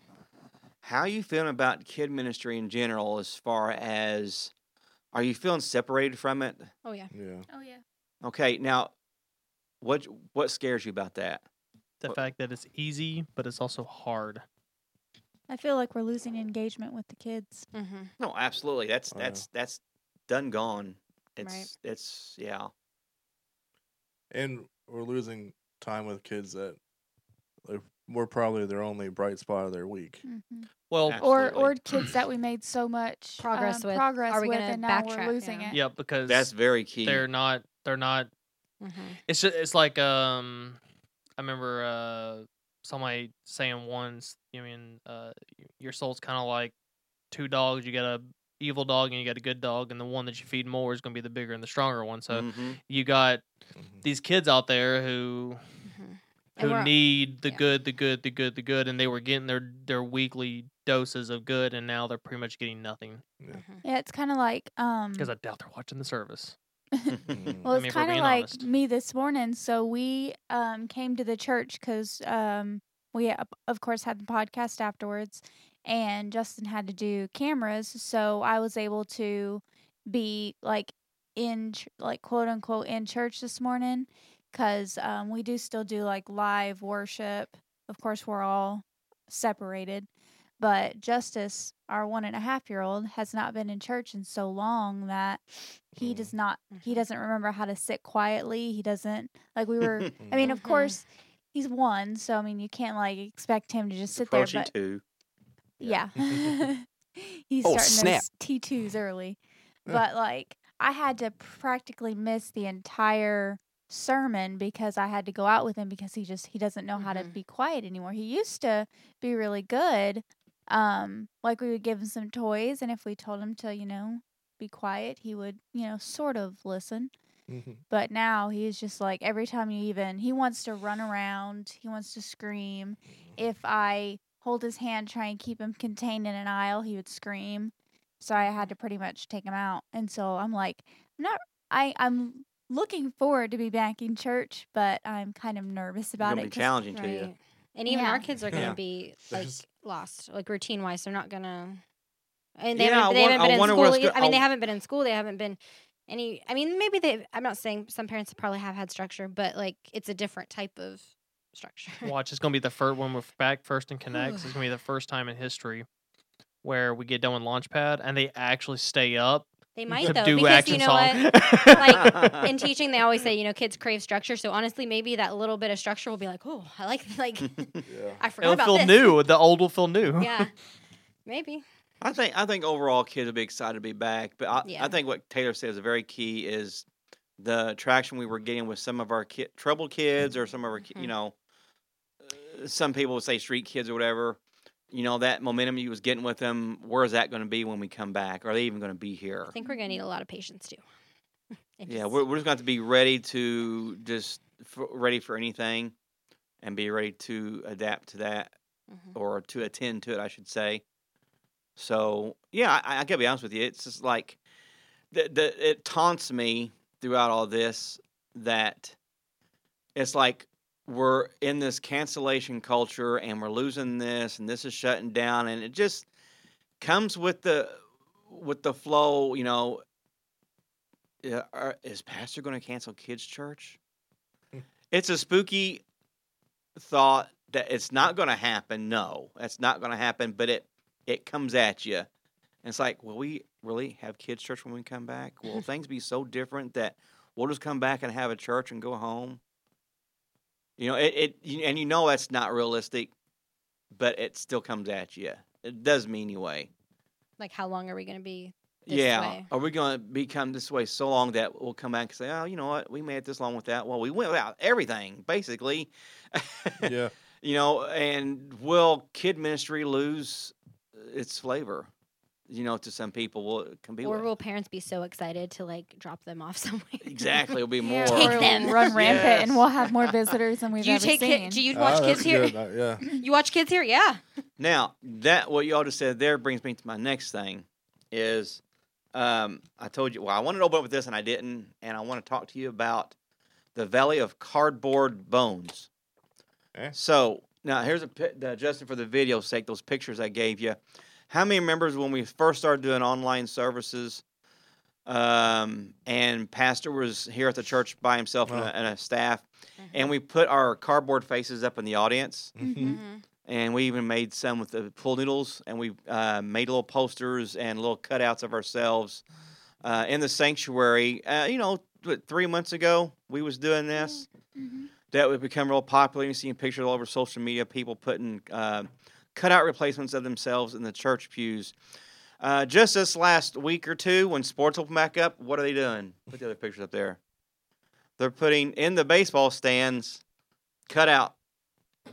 A: How are you feeling about kid ministry in general as far as are you feeling separated from it?
D: oh yeah,
B: Yeah.
E: Oh yeah.
A: Okay, now what what scares you about that?
C: The
A: What-
C: fact that it's easy, but it's also hard.
E: I feel like we're losing engagement with the kids.
D: mm-hmm.
A: No, absolutely. That's
B: Oh, yeah.
A: that's that's done gone.
D: Right.
A: It's it's yeah.
B: And we're losing time with kids that like, we're probably their only bright spot of their
A: [laughs]
B: week.
D: Mm-hmm.
E: Mhm.
C: Well,
A: Yeah.
E: Or
A: Absolutely.
E: or kids that we made so much
D: Progress
E: um,
D: with.
E: progress
D: Are we
E: with,
D: gonna
E: and now we're
D: backtrack
E: losing
D: now?
E: it.
C: yeah, because
A: That's very key.
C: they're not they're not
D: mm-hmm,
C: It's just, it's like um, I remember uh somebody saying once. I mean, uh, y- your soul's kind of like two dogs. You got a evil dog and you got a good dog, and the one that you feed more is going to be the bigger and the stronger one. So
A: [laughs] Mhm.
C: you got
B: Mhm.
C: these kids out there who
D: And
C: who
D: we're-
C: need the
D: yeah.
C: good, the good, the good, the good, and they were getting their their weekly doses of good, and now they're pretty much getting nothing
D: Mm-hmm,
E: Yeah, it's kind of like um.
D: Mm.
C: because I doubt they're watching the service.
B: Mhm.
C: Mm,
E: Well,
C: I
E: it's
C: mean, if we're
E: kind of
C: being
E: like
C: honest.
E: me this morning. So we um, came to the church because um, we, uh, of course, had the podcast afterwards, and Justin had to do cameras. So I was able to be like in, ch- like quote unquote, in church this morning because um, we do still do like live worship. Of course, we're all separated. But Justice, our one and a half year old, has not been in church in so long that he
B: Mm.
E: does not he
D: Mhm.
E: doesn't remember how to sit quietly. He doesn't like we were. I mean, of
D: Mhm.
E: course, he's one, so I mean, you can't like expect him to just sit there.
A: Approaching
E: But
A: two.
E: yeah, [laughs] he's
F: Oh,
E: starting
F: snap.
E: his T twos early.
B: Yeah.
E: But like, I had to practically miss the entire sermon because I had to go out with him because he just he doesn't know how to
D: Mhm.
E: be quiet anymore. He used to be really good. Um, like we would give him some toys, and if we told him to, you know, be quiet, he would, you know, sort of listen.
B: Mhm.
A: [laughs]
E: But now he's just like every time you even he wants to run around, he wants to scream.
A: Mm-hmm.
E: If I hold his hand, try and keep him contained in an aisle, he would scream. So I had to pretty much take him out. And so I'm like, I'm not I I'm looking forward to be back in church, but I'm kind of nervous
A: It's
E: about
A: gonna be
E: it. 'cause-
A: challenging to you.
D: Right. And even our
E: Yeah.
D: kids are going to
A: Yeah.
D: be like
B: There's-
D: lost, like routine wise. They're not going to. And they
A: Yeah, I
D: haven't, they
A: won-
D: haven't
A: I
D: been in
A: wonder where
D: school.
A: it's
D: ei-
A: go-
D: I mean,
A: I-
D: they haven't been in school. They haven't been any. I mean, maybe they. I'm not saying some parents probably have had structure, but like it's a different type of structure.
C: Watch, it's gonna be the first when we're back first in connects.
D: [sighs]
C: It's gonna be the first time in history where we get done with Launchpad and they actually stay up
D: [laughs] They
C: to
D: might though,
C: do
D: because
C: action
D: you know
A: [laughs]
C: song.
D: what.
C: [laughs]
D: like, In teaching, they always say, you know, kids crave structure. So honestly, maybe that little bit of structure will be like, oh, I like,
A: [laughs]
D: [laughs] like,
B: Yeah.
D: I forgot
C: It'll
D: about
C: feel
D: this.
C: new. The old will feel new.
D: Yeah, maybe.
A: I think I think overall kids will be excited to be back, but I,
D: Yeah.
A: I think what Taylor said is very key is the traction we were getting with some of our ki- troubled kids or some of our ki- you
D: Mhm.
A: know uh, some people would say street kids or whatever. You know that momentum you was getting with them. Where is that going to be when we come back? Are they even going to be here?
D: I think we're gonna need a lot of patience too. [laughs] And
A: Yeah,
D: just-
A: we're, we're just going to be ready to just f- ready for anything, and be ready to adapt to that
D: Mhm.
A: or to attend to it, I should say. So yeah, I, I gotta be honest with you. It's just like the, the it taunts me throughout all this that it's like we're in this cancellation culture and we're losing this and this is shutting down and it just comes with the with the flow. You know, Yeah, are, is Pastor going to cancel kids' church? it's a spooky thought that it's not going to happen. No, that's not going to happen. But it it comes at you. And it's like, will we really have kids church when we come back?
D: [laughs]
A: Will things be so different that we'll just come back and have a church and go home? You know, it, it you- and you know that's not realistic, but it still comes at you. It does me anyway.
D: like, how long are we gonna be? This
A: yeah.
D: way.
A: Are we going to become this way so long that we'll come back and say, oh, you know what? We made it this long with that. Well, we went without everything, basically.
B: [laughs] Yeah.
A: You know, and will kid ministry lose its flavor? You know, to some people, will it compete
D: Or
A: with?
D: will parents be so excited to like drop them off [laughs] somewhere?
A: exactly,
E: [laughs]
A: it'll be more.
D: Take
E: or
A: [laughs]
D: them.
E: run rampant, and
A: Yes.
E: we'll have more visitors than we've
D: do you
E: ever
D: take
E: seen.
D: ki- do you
B: Ah,
D: watch kids
B: that's
D: here?
B: good. Uh, yeah.
D: [laughs] You watch kids here? Yeah.
A: Now that what y'all just said there brings me to my next thing is um, I told you well I wanted to open up with this and I didn't and I want to talk to you about the Valley of Cardboard Bones.
B: Eh?
A: So now here's a pi- the, Justin for the video's sake those pictures I gave you. How many members when we first started doing online services? Um, and Pastor was here at the church by himself and,
B: Wow.
A: a, and a staff, and we put our cardboard faces up in the audience
D: Mm-hmm.
B: Mhm.
A: and we even made some with the pool noodles, and we uh, made little posters and little cutouts of ourselves uh, in the sanctuary. Uh, you know, th- three months ago we was doing this,
E: Mhm.
A: that would become real popular. You're seeing pictures all over social media, people putting uh, cutout replacements of themselves in the church pews. Uh, just this last week or two, when sports open back up, what are they doing? Put the other pictures up there. They're putting in the baseball stands cutout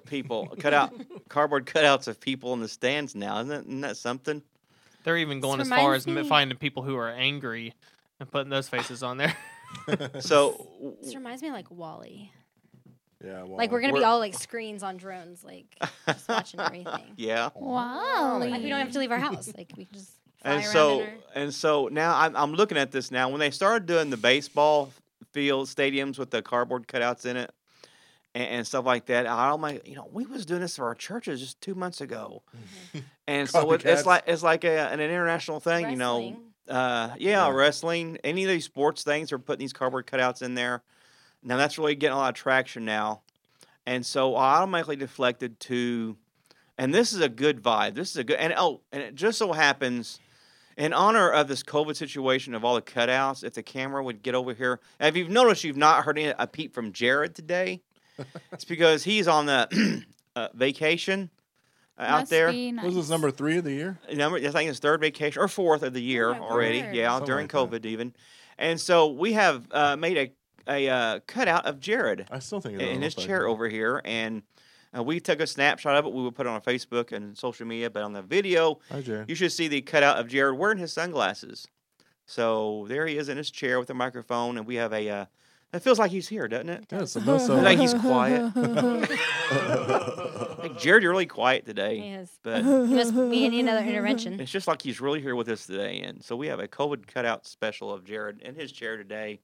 A: people, cutout cardboard cutouts of people in the stands now. Isn't that, isn't that something?
C: [laughs] They're even
D: This
C: going as far as
D: reminds me-
C: finding people who are angry and putting those faces on there. [laughs]
A: So,
D: This reminds me of, like Wally.
B: yeah. Well,
D: Like we're gonna be
A: We're-
D: all like screens on drones, like
A: [laughs]
D: just watching everything.
A: yeah.
E: Wow.
D: Like we don't have to leave our house. Like we can just fly
A: and
D: around
A: so
D: in our-
A: and so now I'm, I'm looking at this now when they started doing the baseball field stadiums with the cardboard cutouts in it and, and stuff like that i am like you know we was doing this for our churches just two months ago
D: Mm-hmm.
A: and so it, it's
B: Copycats.
A: like it's like a, an international thing you know
D: wrestling.
A: uh, yeah,
B: Yeah.
A: wrestling any of these sports things are putting these cardboard cutouts in there now that's really getting a lot of traction now and so i automatically deflected to and this is a good vibe. This is a good and oh, and it just so happens, in honor of this COVID situation of all the cutouts, if the camera would get over here, and if you've noticed, you've not heard any, a peep from Jared today.
B: [laughs]
A: it's because he's on the [clears throat] uh, vacation uh, out
E: Must
A: there.
E: be
B: was
E: nice.
B: this number three of the year?
A: Number, I think it's third vacation or fourth of the year
D: my
A: already.
D: word.
A: Yeah,
B: Something
A: during
B: like
A: COVID
B: that.
A: even, and so we have uh, made a a uh, cutout of Jared
B: I still think it
A: in
B: doesn't
A: his
B: look like
A: chair
B: it.
A: over here, and uh, we took a snapshot of it. We would put it on Facebook and social media, but on the video,
B: Hi,
A: [laughs]
B: Jared.
A: you should see the cutout of Jared wearing his sunglasses. So there he is in his chair with a microphone, and we have a. Uh, it feels like he's here, doesn't it?
B: Yeah, it's a
D: [laughs]
B: no
A: Like
B: so.
A: he's quiet. Like Jared, you're really quiet today,
D: He is. [laughs]
A: but
D: He must we need another
A: [laughs]
D: intervention.
A: it's just like he's really here with us today. And so we have a COVID cutout special of Jared in his chair today.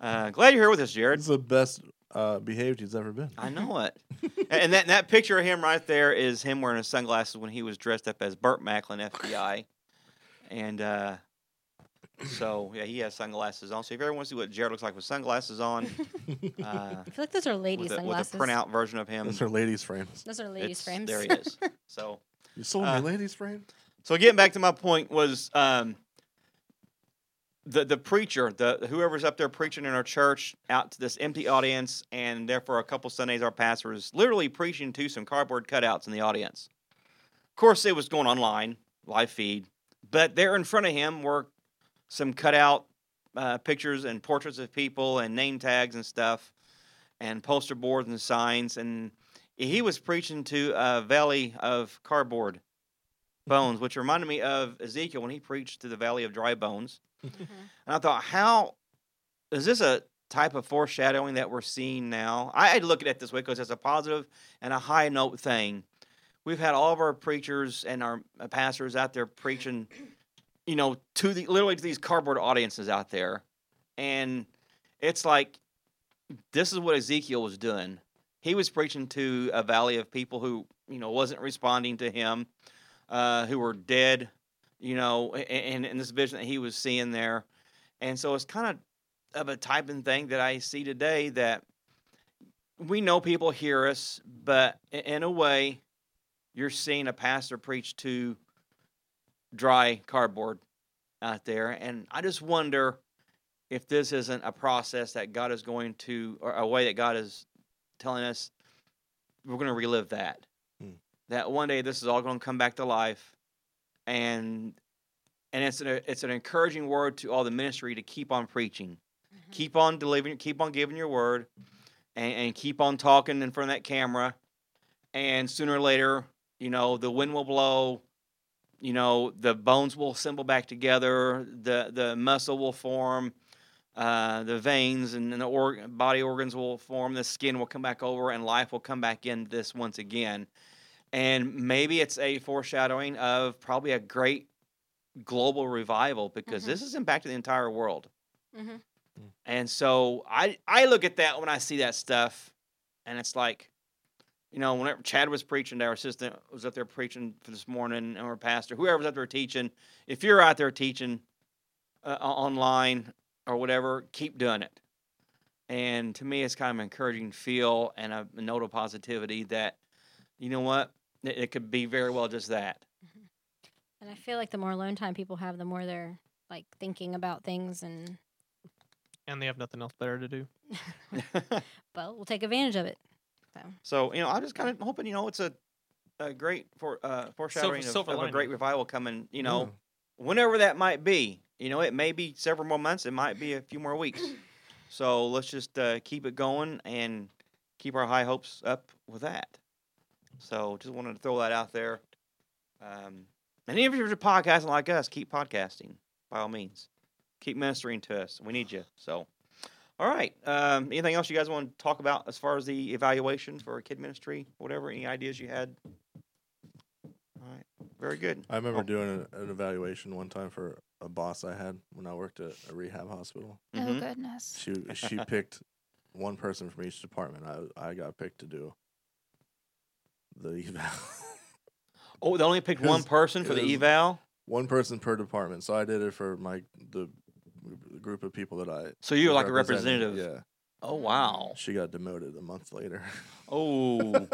A: Uh, glad you're here with us, Jared.
B: It's the best uh, behaved he's ever been.
A: I know it. [laughs] A- and that that picture of him right there is him wearing his sunglasses when he was dressed up as Burt Macklin, FBI. And uh, so, yeah, he has sunglasses on. So if everyone wants to see what Jared looks like with sunglasses
D: [laughs]
A: on, uh,
D: I feel like those are ladies'
A: with, a, with
D: sunglasses.
A: a printout version of him,
B: Those are ladies' frames.
D: Those are ladies'
A: it's-
D: frames. [laughs]
A: there he is. So,
B: You sold
A: Uh,
B: me ladies' frame.
A: so getting back to my point was um, the the preacher, the whoever's up there preaching in our church, out to this empty audience, and therefore a couple Sundays our pastor was literally preaching to some cardboard cutouts in the audience. Of course, it was going online live feed, but there in front of him were some cutout uh, pictures and portraits of people and name tags and stuff, and poster boards and signs, and he was preaching to a valley of cardboard bones, which reminded me of Ezekiel when he preached to the valley of dry bones. And I thought, how is this a type of foreshadowing that we're seeing now? I, I look at it this way because it's a positive and a high note thing. We've had all of our preachers and our uh, pastors out there preaching, you know, to the literally to these cardboard audiences out there, and it's like this is what Ezekiel was doing. He was preaching to a valley of people who, you know, wasn't responding to him, uh, who were dead, you know, and in this vision that he was seeing there. And so it's kind of of a type and thing that I see today that we know people hear us, but i- in a way, you're seeing a pastor preach to dry cardboard out there. And I just wonder if this isn't a process that God is going to, or a way that God is telling us we're going to relive that.
B: Hmm.
A: That one day this is all going to come back to life, and and it's an it's an encouraging word to all the ministry to keep on preaching, keep on delivering, keep on giving your word, and, and keep on talking in front of that camera, and sooner or later, you know, the wind will blow. You know, the bones will assemble back together. The the muscle will form uh, the veins and, and the org- body organs will form. The skin will come back over, and life will come back in this once again. And maybe it's a foreshadowing of probably a great global revival because
D: Mhm.
A: this is impacting the entire world.
D: hmm
A: And so I I look at that when I see that stuff, and it's like, you know, whenever Chad was preaching, our assistant was up there preaching for this morning, and our pastor, whoever's up there teaching, if you're out there teaching uh, o- online or whatever, keep doing it. And to me, it's kind of an encouraging feel and a, a note of positivity that, you know what, it, it could be very well just that.
D: And I feel like the more alone time people have, the more they're like thinking about things and
C: and they have nothing else better to do.
D: well, we'll take advantage of it. So
A: So you know, I'm just kind of hoping you know it's a, a great for uh, foreshadowing of-
C: silver
A: of, a
C: lining. Mm-hmm.
A: great revival coming. You know, whenever that might be. You know, it may be several more months. It might be a few more weeks. So let's just uh, keep it going and keep our high hopes up with that. So just wanted to throw that out there. Um, and if you're podcasting like us, keep podcasting by all means. Keep ministering to us. We need you. So, all right. Um, anything else you guys want to talk about as far as the evaluation for kid ministry, whatever? Any ideas you had? All right. Very good.
B: I remember
A: Oh.
B: doing an, an evaluation one time for a boss I had when I worked at a rehab hospital.
E: Oh
A: Mhm.
E: [laughs] goodness.
B: She
A: [laughs]
B: she picked one person from each department. I I got picked to do the eval. [laughs]
A: Oh, they only picked
B: It
A: one
B: was-
A: person for
B: it
A: the
B: was-
A: eval.
B: one person per department. So I did it for my the group of people that I.
A: So you're
B: was
A: like a
B: representing.
A: representative. Oh wow.
B: Yeah, she got demoted a month later. [laughs]
A: Oh.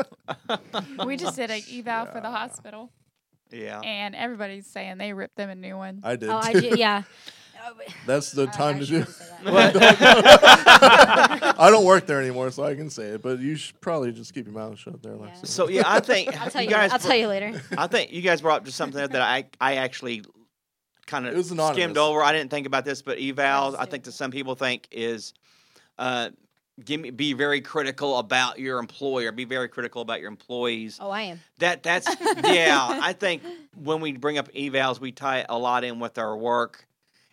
E: We just did an eval for the
B: Yeah.
E: hospital,
A: [laughs] yeah.
E: and everybody's saying they ripped them a new one.
B: I did.
D: oh, I [laughs]
B: too.
D: ju- yeah. Oh, but-
B: [laughs] That's the
D: I-
B: time
D: I
B: to do.
D: shouldn't say
B: [laughs]
D: that.
B: I
A: What? [laughs]
B: don't- I don't work there anymore, so I can say it. But you should probably just keep your mouth shut there, Alexa.
D: Yeah.
A: So yeah, I think
D: I'll tell you.
A: guys.
D: I'll tell you later.
A: I think you guys brought up just something that I I actually kind
B: It
A: of
B: was anonymous.
A: skimmed over. I didn't think about this, but evals I
D: Yes,
A: think
D: yeah.
A: that some people think is uh, give me be very critical about your employer, be very critical about your employees.
D: Oh, I am.
A: That that's yeah. I think when we bring up evals, we tie a lot in with our work,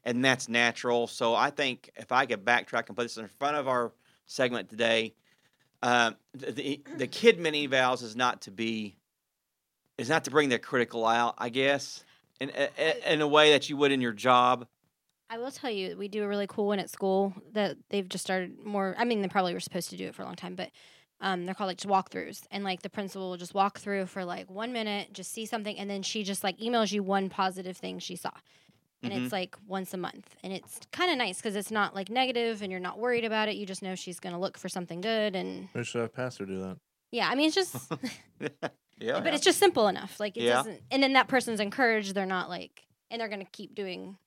A: and that's natural. So I think if I could backtrack and put this in front of our segment today, uh, the, the the Kidman evals is not to be, is not to bring the critical out. I guess in in- in a way that you would in your job.
D: I will tell you, we do a really cool one at school that they've just started more. I mean, they probably were supposed to do it for a long time, but um, they're called like just walkthroughs. And like the principal will just walk through for like one minute, just see something, and then she just like emails you one positive thing she saw. And
A: Mhm.
D: it's like once a month. And it's kind of nice because it's not like negative and you're not worried about it. You just know she's going to look for something good. And
B: Or should I have passed her do that?
D: yeah, I mean, it's just,
A: yeah.
D: but it's just simple enough. Like it
A: Yeah.
D: doesn't, and then that person's encouraged. They're not like, and they're going to keep doing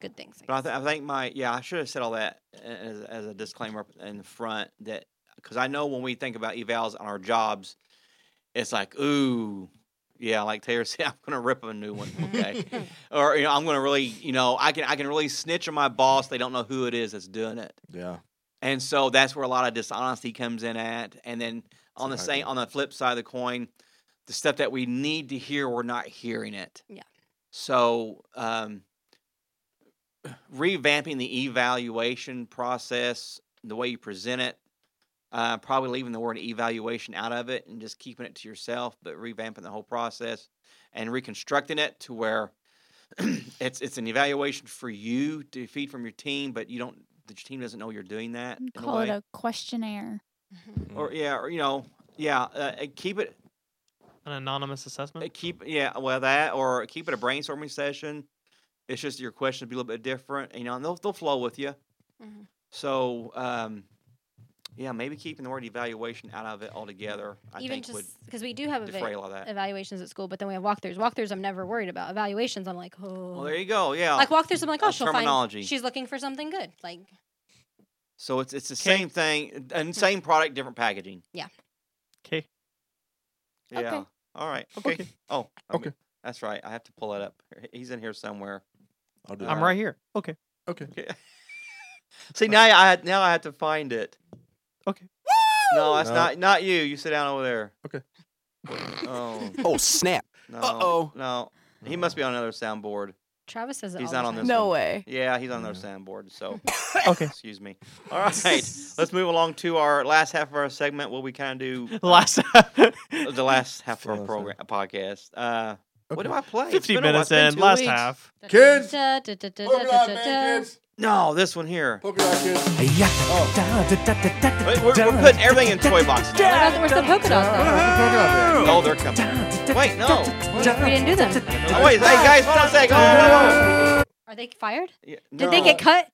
D: good things. I
A: But I,
D: guess.
A: th- I think my yeah, I should have said all that as, as a disclaimer up in the front that because I know when we think about evals on our jobs, it's like ooh, yeah, like Taylor [laughs] said, I'm gonna rip 'em a new one, okay, or you know, I'm gonna really, you know, I can I can really snitch on my boss. They don't know who it is that's doing it,
B: Yeah.
A: and so that's where a lot of dishonesty comes in at. And then on the
B: Exactly.
A: same on the flip side of the coin, the stuff that we need to hear, we're not hearing it.
D: Yeah.
A: So um, [clears throat] revamping the evaluation process, the way you present it, uh, probably leaving the word evaluation out of it and just keeping it to yourself, but revamping the whole process and reconstructing it to where [clears throat] it's it's an evaluation for you to feed from your team, but you don't the team doesn't know you're doing that. in a
E: Call it
A: way.
E: a questionnaire.
A: or yeah, or you know, yeah, uh, uh, keep it
C: An
A: uh,
C: anonymous
D: Uh-huh.
C: assessment.
A: keep yeah, well that or keep it a brainstorming session. It's just your questions be a little bit different, you know, and they'll they'll flow with you.
D: Mhm.
A: So, um, yeah, maybe keeping the word evaluation out of it altogether, I
D: even
A: think would
D: just because we do have eva-
A: defray all that.
D: evaluations at school, but then we have walkthroughs. Walkthroughs, I'm never worried about. Evaluations, I'm like, oh,
A: Well, there you go. Yeah.
D: like walkthroughs. I'm like, oh,
A: Uh,
D: she'll find
A: terminology.
D: she's looking for something good. Like,
A: so it's it's the
C: Okay.
A: same thing
D: Hmm.
A: and same product, different packaging.
C: Okay.
A: Yeah.
E: Okay.
A: All right. Okay. Oh. I mean,
B: Okay.
A: That's right. I have to pull it up. Here- He's in here somewhere.
B: I'll
D: uh,
B: do
C: I'm
B: that.
C: right here. Okay.
B: Okay.
A: See now I now I have to find it.
C: Okay.
A: No, that's
B: No.
A: not not you. You sit down over there.
B: Okay.
A: Oh
F: Oh, snap.
A: no.
F: Uh-oh.
A: No. He must be on another soundboard.
D: Travis says it
A: He's
D: all
A: not
D: the
A: on
D: time.
A: this
F: No
A: one.
F: way.
A: Yeah, he's on another
B: Yeah.
A: soundboard. So
C: Okay.
A: excuse me. All right. Let's move along to our last half of our segment where we kind of do uh,
C: Last [laughs]
A: the last half of our
B: Awesome.
A: program podcast. Uh, What
B: Okay.
A: do I play? It's
C: 50
A: been a while.
C: minutes
A: It's been
C: in,
A: two
C: last
A: weeks.
C: half.
B: Kids!
D: Da- da- da- da-
B: Polka
D: da-
B: dot
D: da-
B: man
D: da-
B: kids.
A: No, this one here.
B: Polka dot kids.
A: Oh. Wait, we're, we're putting everything in toy boxes.
D: What about the- where's the polka dots?
A: Oh, they're coming. Wait, no.
D: though?
B: Uh-huh.
D: We didn't do them.
A: Oh, wait, hey guys, hold on a sec. Oh, no, no.
D: Are they fired?
A: Yeah,
D: Did they
A: no.
D: get cut?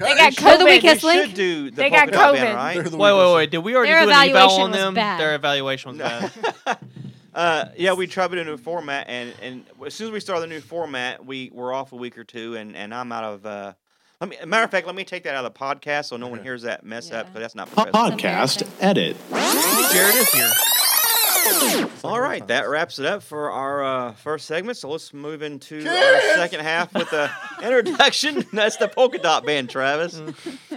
B: They
E: got
B: got
D: They're the
E: COVID.
D: weakest
A: We
D: link.
A: should do the
E: They got
A: polka dot band,
E: COVID.
A: right?
C: Wait, wait, wait. Did we already
D: Their
C: do an eval
D: evaluation
C: on
D: was
C: them?
D: bad.
C: Their
D: [laughs]
C: evaluation was
A: No.
C: bad.
A: uh, yeah, we tried it in a new format, and, and as soon as we started the new format, we were off a week or two, and, and I'm out of uh, Let me, matter of fact, let me take that out of the podcast so no one hears that mess up
D: Yeah.
A: because that's not professional.
D: Podcast
F: Podcast edit.
C: Jared is here.
A: All right, that wraps it up for our uh, first segment. So let's move into our second half with the introduction. [laughs] That's the polka dot band, Travis.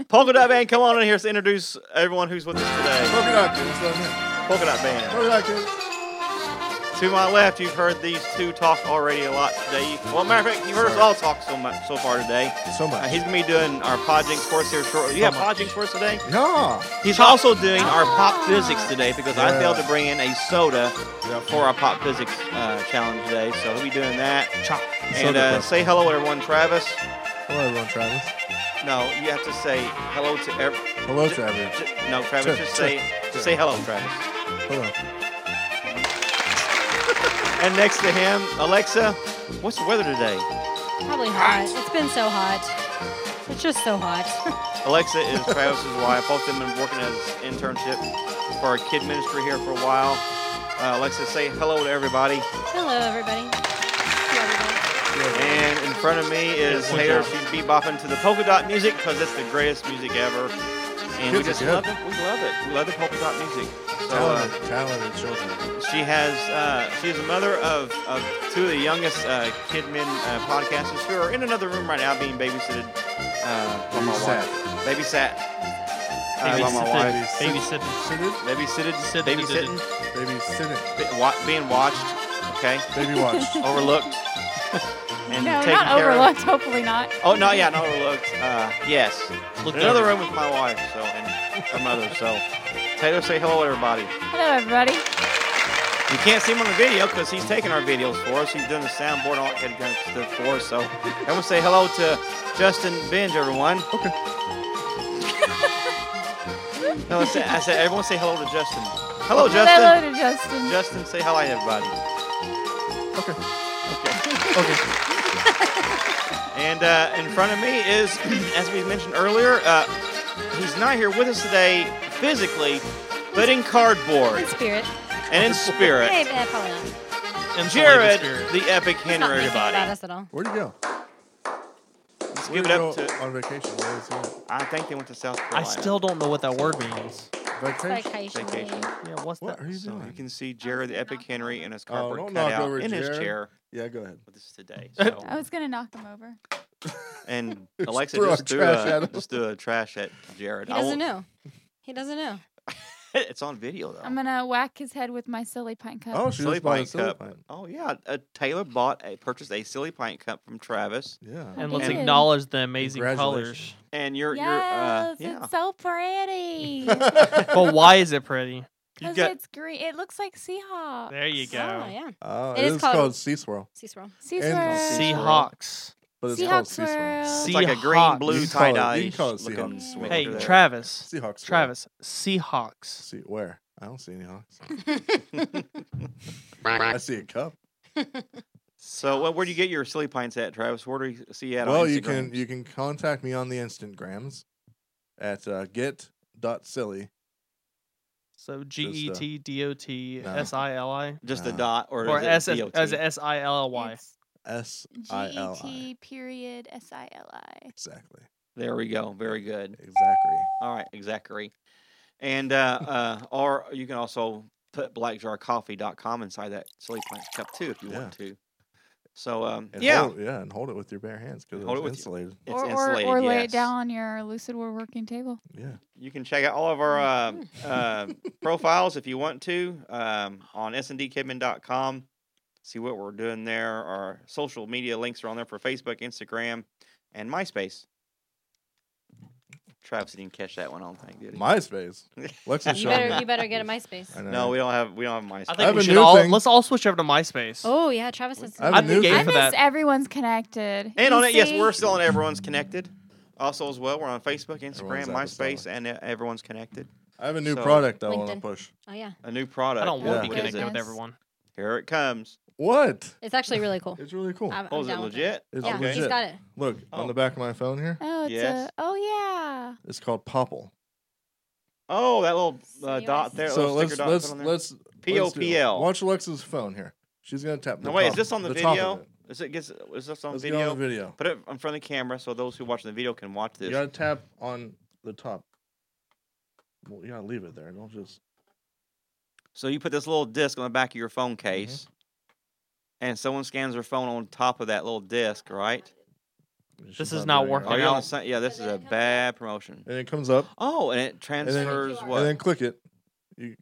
A: polka dot band, come on in here to introduce everyone who's with us today.
B: Polka dot kids, let 'em in.
A: Polka dot band.
B: Polka dot kids.
A: To my left, you've heard these two talk already a lot today. You- Well, matter of fact, you've heard us all talk so much so far today. Uh,
B: So much.
A: he's gonna be doing our Podjinx course here shortly. You have Podjinx for us today.
B: No.
A: He's also doing our pop physics today because I
B: Yeah.
A: failed to bring in a soda for our pop physics uh, challenge today. So he'll be doing that.
C: Chop.
A: And
B: Soda
A: uh,
B: pop.
A: say hello, everyone. Travis.
B: Hello, everyone. Travis.
A: No, you have to say hello to every.
B: Hello, Travis.
A: No, Travis,
B: Sure,
A: just
B: sure,
A: say just say hello, Travis.
B: Hello.
A: And next to him, Alexa. What's the weather today?
D: Probably hot. It's been so hot. It's just so hot. [laughs]
A: Alexa is Travis's wife. Both of them have been working as internship for our kid ministry here for a while. Uh, Alexa, say hello to everybody.
D: Hello, everybody.
A: And in front of me is
C: Yeah,
A: Taylor.
C: good
A: She's bebopping to the polka dot music because it's the greatest music ever. And we just
B: Kids are good.
A: love it. We love it. We love the polka dot music. So uh,
B: Talented, talented children.
A: she has uh, she is the mother of, of two of the youngest uh, kid men uh, podcasters who are in another room right now being babysitted uh, by my wife. Babysat. Uh, by my wife.
C: Babysitted. Babysitted.
A: Babysitted.
B: Babysitted.
C: Sitted.
A: Babysitting.
B: Babysitting.
A: Be- wa- being watched. Okay.
B: Baby
A: [laughs]
B: watched.
E: [laughs]
A: Overlooked. and
E: No,
A: taken
E: not
A: care of.
E: overlooked. Hopefully not.
A: Oh no, yeah, not overlooked. Uh, yes.
C: Looked
A: In another
C: over.
A: room with my wife, so and her mother. So Taylor, say hello, everybody.
E: Hello, everybody.
A: You can't see him on the video because he's taking our videos for us. He's doing the soundboard and all that kind of stuff for us. So everyone say hello to Justin Binge, everyone. Okay. no, I said, I said everyone say hello to Justin. Hello, Justin.
E: Hello to Justin.
A: Justin, say hi, everybody.
B: Okay.
A: Okay. okay.
D: [laughs]
A: and uh, in front of me is, [clears throat] as we mentioned earlier, uh, he's not here with us today physically, but in
D: In
A: cardboard
D: spirit.
A: and in
D: Hey,
A: spirit.
D: eh, probably not. It's
C: Insulated
A: Jared,
C: spirit.
A: the epic
D: not
A: Henry,
D: thinking about
A: everybody.
D: us at all.
B: Where'd you go?
A: Let's
B: Where'd
A: give it
B: you go
A: up to.
B: on vacation. Where is he?
A: I think they went to South
C: I
A: Carolina.
C: still don't know what that word means.
B: Vacation.
D: Vacation.
A: Vacation.
C: Yeah, what's
B: What
C: that?
B: are you
A: So you
B: doing?
A: can see Jared, the epic Henry, in his
B: Oh,
A: cardboard
B: don't knock
A: cutout
B: over
A: in his
B: Jared.
A: chair
B: Yeah, go ahead.
A: with us
B: [laughs]
A: today. So.
E: I was gonna knock him over.
A: and
B: Just
A: Alexa
B: throw
A: just
B: a
A: threw
B: trash at
A: a,
B: him.
A: just threw a trash at Jared.
D: He
A: I
D: doesn't
A: won't-
D: know. He doesn't know.
A: [laughs] it's on video though.
E: I'm gonna whack his head with my silly pint cup.
B: Oh, she
A: silly
B: just bought a
A: pint
B: silly
A: cup.
B: pint.
A: Oh yeah, uh, Taylor bought a purchased a silly pint cup from Travis,
B: Yeah.
C: And let's
E: Ew.
C: acknowledge the amazing colors.
B: Congratulations.
A: and you're
E: yes,
A: you're uh, yeah.
E: it's
A: [laughs]
E: so pretty.
B: [laughs]
C: But why is it pretty?
A: You
E: Because
A: got
E: it's green. It looks like Seahawks.
C: There you go.
D: Oh, yeah.
B: Oh,
D: It
B: it
D: is
B: is
D: called-
B: called Sea Swirl,
D: Sea swirl. [laughs]
E: Sea
B: And
E: Swirl.
B: sea-
C: Seahawks.
B: but it's called
E: Seahawks
B: Sea Swirl.
E: Swirl.
A: it's like a green
C: Seahawks.
A: blue
B: You can call it-
A: tie dye
B: you can call it
A: looking
B: Seahawks.
A: swirl
C: Hey,
A: over there.
C: Travis.
B: Seahawks. Swirl.
C: Travis. Seahawks.
B: See where? I don't see
A: [laughs]
B: any hawks. I see a cup.
A: So well, where do you get your silly pints at, Travis? Where do you see you at
B: well,
A: on Instagram?
B: you can you can contact me on the Instagrams at uh, get.silly.
C: So G E T D O T S I L I
A: just a
B: Uh,
A: dot or,
C: or
A: is it
C: S as
A: DOT?
C: S I L L Y.
E: It's
B: S I L I.
E: G-E-T period S-I-L-I.
B: Exactly.
A: There we go. Very good.
B: Exactly.
A: All right, exactly. And
E: [laughs]
A: uh, uh, or you can also put blackjarcoffee.com inside that silly pint cup too if you want to. So um,
B: And
A: yeah,
B: Hold, yeah, and hold it with your bare hands because
A: Hold it
B: it's
A: with-
B: insulated.
A: it's
E: or,
A: insulated.
E: or, or lay it
A: yes.
E: down on your lucid war working table.
A: [laughs]
B: Yeah.
A: You can check out all of our uh,
C: [laughs]
A: uh, profiles if you want to um, on sndkidman.com. See what we're doing there. Our social media links are on there for Facebook, Instagram, and MySpace. Travis didn't catch that one. I don't think did he?
B: MySpace. Lexa
D: You
B: showed
D: better,
B: me.
D: you better get a MySpace.
B: I know.
A: no, we don't have we don't have MySpace.
C: I
B: I
C: think
B: have
C: we
B: a
C: should
B: new
C: all
B: thing.
C: let's all switch over to MySpace.
D: Oh yeah, Travis has.
B: I have a
C: I'm
B: new
C: the game
E: I
B: thing.
C: for
E: miss
C: that.
E: everyone's connected.
A: And
E: You
A: on it, yes,
E: see?
A: we're still on everyone's connected. Also, as well, we're on Facebook, Instagram,
B: Everyone's at the
A: MySpace,
B: cellar.
A: and uh, everyone's connected.
B: I have a new
A: So-
B: product I want to
D: LinkedIn.
B: push.
D: Oh yeah,
A: A new product.
C: I don't want
A: What
B: Yeah.
C: to be
A: is
C: connected with
A: it?
E: Goodness.
C: everyone.
A: Here it comes.
B: What?
D: it's actually really cool.
B: It's really cool.
D: I'm,
A: Oh,
D: I'm
A: is it
D: down with
A: legit?
B: It's
D: Yeah,
B: legit.
D: he's got it.
B: Look
A: Oh.
B: on the back of my phone here.
E: Oh, it's
A: Yes.
E: a, oh
B: It's called Popple.
A: Oh, that little uh,
D: So
A: dot there.
B: so
A: little
B: let's
A: sticker dot
B: let's
A: put on there.
B: let's let's do it.
A: POPL.
B: Watch Alexa's phone here. She's gonna tap.
A: No,
B: the
A: wait, is
B: top-
A: this on the
B: top of
A: video?
B: it.
A: Is it gets is this on
B: Let's go
A: video?
B: on video.
A: Put it in front of the camera so those who watch the video can watch this.
B: You gotta tap on the top. Well, you gotta leave it there. Don't just.
A: So you put this little disc on the back of your phone
B: Mm-hmm.
A: case, and someone scans their phone on top of that little disc, right?
B: it's
C: This
B: just
C: is not
B: doing it
C: working
A: Oh,
B: right.
A: you're on the
C: out.
A: si- yeah, this is a bad promotion.
B: And it comes up,
A: Oh, and it transfers what?
B: and then click it. You,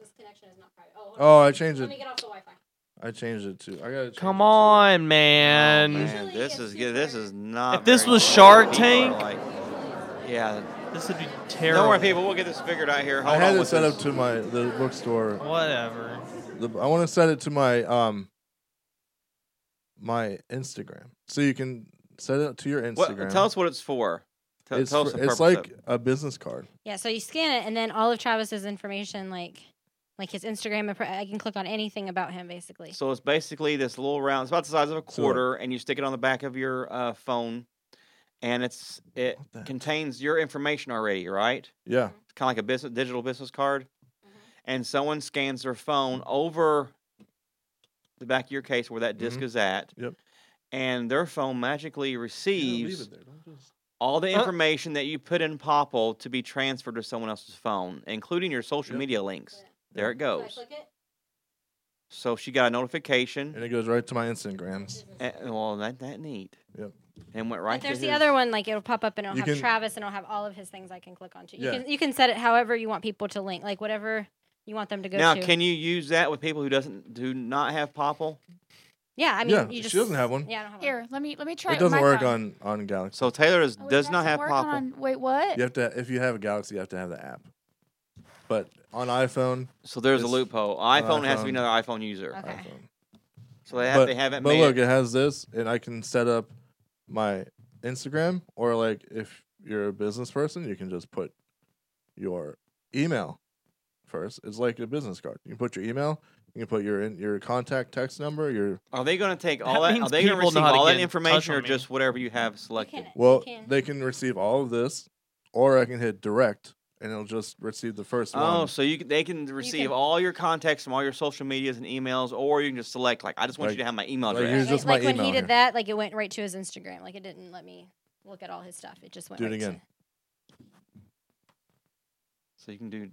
D: This connection is not private.
B: oh, I changed
D: let
B: it.
D: me get off the Wi-Fi.
B: I changed it too. I gotta. change it,
C: Come
B: too.
C: on,
A: Oh,
C: man.
A: man, this is good. This is not.
C: If this
A: very
C: was
A: good.
C: Shark
A: People are
C: Tank-
A: like- yeah.
C: This would be
A: Don't
C: terrible.
A: worry, people. We'll get this figured out here. Hold
B: I had
A: on
B: it
A: with
B: set
A: this.
B: up to my the bookstore.
C: Whatever.
B: The, I want to set it to my um. My Instagram, so you can set it to your Instagram.
A: What, tell us what it's for. Tell,
B: it's
A: tell us
B: for-
A: the
B: it's
A: purpose of
B: like
A: it.
B: a business card.
D: Yeah, so you scan it, and then all of Travis's information, like like his Instagram, and pro- I can click on anything about him, basically.
A: So it's basically this little round. It's about the size of a quarter, and you stick it on the back of your uh, phone, and it's it
B: What the-
A: contains your information already, right?
B: Yeah,
A: It's kind of like a business digital business card, and someone scans their phone over the back of your case where that disk is at.
B: Mm-hmm. Yep.
A: And their phone magically
B: leave
A: receives
B: it there. Don't just.
A: all the
C: Uh.
A: information that you put in Popple to be transferred to someone else's phone, including your social
B: Yep.
A: media links. There it
D: So I
A: goes.
D: click it.
A: So she got a notification.
B: and it goes right to my Instagrams.
A: And, well, that that neat.
B: Yep.
A: And went
D: But
A: right. to
D: there's the
A: his-
D: other one, like it'll pop up and it'll
B: You
D: have
B: can-
D: Travis and it'll have all of his things I can click onto. You
B: Yeah.
D: can you can set it however you want people to link, like whatever you want them to go
A: Now,
D: to.
A: can you use that with people who doesn't do not have Popple?
D: yeah, I mean,
B: Yeah,
D: you
B: she
D: just
B: doesn't have one.
D: Yeah, I don't have one.
E: Here, let me let me try.
B: it
E: with
B: doesn't
E: my
B: work
E: phone.
B: on on Galaxy.
A: So Taylor is,
E: Oh, it
A: does not
E: doesn't
A: have
E: work
A: Popple.
E: on- wait, what?
B: You have to if you have a Galaxy, you have to have the app. But on iPhone,
A: so there's a
B: It's
A: loophole. iPhone has to be
B: iPhone.
A: another iPhone user.
D: Okay.
B: iPhone.
A: So they have
B: but,
A: they haven't
B: but
A: made.
B: look,
A: it.
B: it has this, and I can set up my Instagram, or like if you're a business person, you can just put your email first. It's like a business card. You can put your email, you can put your in, your contact text number, your
A: Are they going to take
C: That
A: all that? Are
C: means
A: they going to
C: people
A: receive
C: know how to
A: all
C: get
A: that
C: in touch
A: information,
C: with
A: or
C: me.
A: just whatever you have
D: You
A: selected?
D: can- you
B: well,
D: can-
B: they can receive all of this, or I can hit direct, and it'll just receive the first one.
A: Oh, so you can, they can receive
D: can-
A: all your contacts from all your social medias and emails, or you can just select like I just want
B: Like-
A: you to have my email
B: like,
A: address.
B: here's
D: like,
B: just my
D: like when he
B: email
D: did
B: here.
D: that, like it went right to his Instagram. Like it didn't let me look at all his stuff. It just went
B: Do it
D: right to-
B: again.
A: so you can do.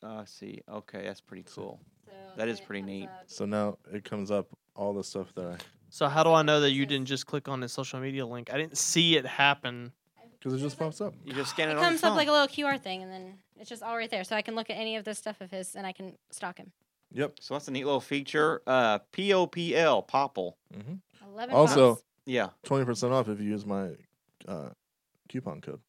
A: Uh, see, okay, that's pretty cool.
D: So
A: That is
D: then it
A: pretty
D: comes
A: neat.
D: up.
B: So now it comes up all the stuff that I
C: So how do I know that you didn't just click on the social media link? I didn't see it happen.
B: because it just pops up.
C: [sighs]
A: You just scan it,
D: It
A: on
D: comes
A: your
D: up
A: phone.
D: like a little QR thing, and then it's just all right there. So I can look at any of this stuff of his, and I can stalk him.
B: Yep.
A: So that's a neat little feature. Uh, P O P L, Popple.
D: Eleven.
B: Also-
D: bucks.
A: Yeah.
B: Twenty percent off if you use my uh, coupon code.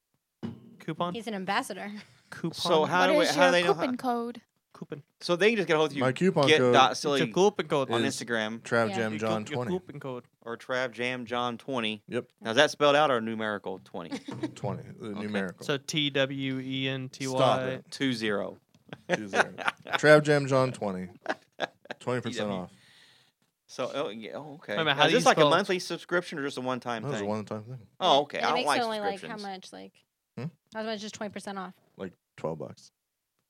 C: Coupon.
D: he's an ambassador.
C: coupon.
A: So how
E: What
A: do we, how
E: is
A: do
E: your
A: they know?
E: coupon
A: How,
E: code?
C: coupon?
A: so they can just get a hold of you.
B: my coupon
A: get
B: code
A: dot
C: It's a
A: silly
C: coupon code.
A: on
B: is-
A: Instagram
B: Trav
D: Yeah.
B: Jam
C: Your
B: John
C: coup- your
B: twenty.
C: coupon code.
A: or Trav Jam John twenty.
B: Yep,
A: Now is that spelled out or numerical twenty?
B: [laughs] twenty. The numerical.
C: So T W E N T
B: Stop
C: Y.
B: it.
A: Two zero.
B: Two zero. Trav Jam John twenty. Twenty percent
A: DW.
B: off.
A: So oh, yeah, oh, okay.
C: minute,
A: Now,
C: how
A: is
C: do
A: this
C: you
A: like a
C: spell-
A: monthly subscription or just a one time
B: That was a
A: thing?
B: one time thing.
A: [laughs] Oh, okay.
D: And
A: I
D: it
A: don't
D: makes
A: like
D: it only like how
A: subscriptions.
D: much, like
B: Hmm?
D: how much is twenty percent off
B: Like twelve bucks.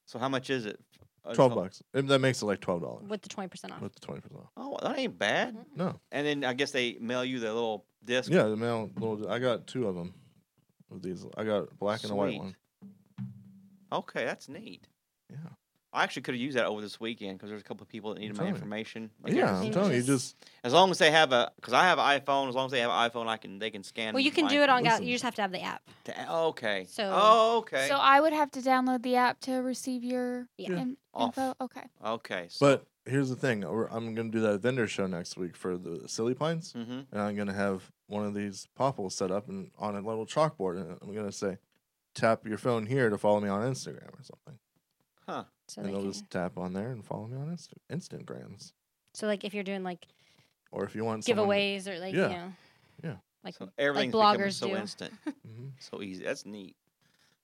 A: So how much is it? Uh,
B: Twelve
A: so-
B: bucks. And that makes it like twelve dollars
D: with the twenty percent off.
B: with the twenty percent off.
A: Oh, that ain't bad.
D: Mhm.
B: No.
A: And then I guess they mail you the little disc.
B: Yeah, the mail. Little, I got two of them. Of these, I got black and a white
A: Sweet.
B: one.
A: Okay, that's neat.
B: Yeah.
A: I actually could have used that over this weekend because there's a couple of people that needed
B: I'm
A: my
B: telling you.
A: information. Like,
B: Yeah,
A: there's-
B: I'm telling you, you just
A: As long as they have a, because I have an iPhone. As long as they have an iPhone, I can they can scan.
D: Well, you can
A: my-
D: do it on. Gal-
B: listen.
D: you just have to have the app.
A: to- okay.
D: So-
A: oh, okay.
E: So I would have to download the app to receive your
D: Yeah.
E: in-
A: Off.
E: info. Okay.
A: okay. So,
B: But here's the thing: we're- I'm going to do that vendor show next week for the Silly Pines,
E: Mm.
A: hmm
B: and I'm going to have one of these popples set up and on a little chalkboard, and I'm going to say, "Tap your phone here to follow me on Instagram or something,"
A: huh?
D: So they
B: and they'll
D: can,
B: just tap on there and follow me on Inst- Instagrams.
D: so like if you're doing like
B: Or if you want someone-
D: giveaways or like
B: Yeah.
D: you know,
B: Yeah.
D: like
A: So everything's becoming
D: bloggers
A: so
D: do.
A: instant,
B: Mhm.
A: so easy. That's neat.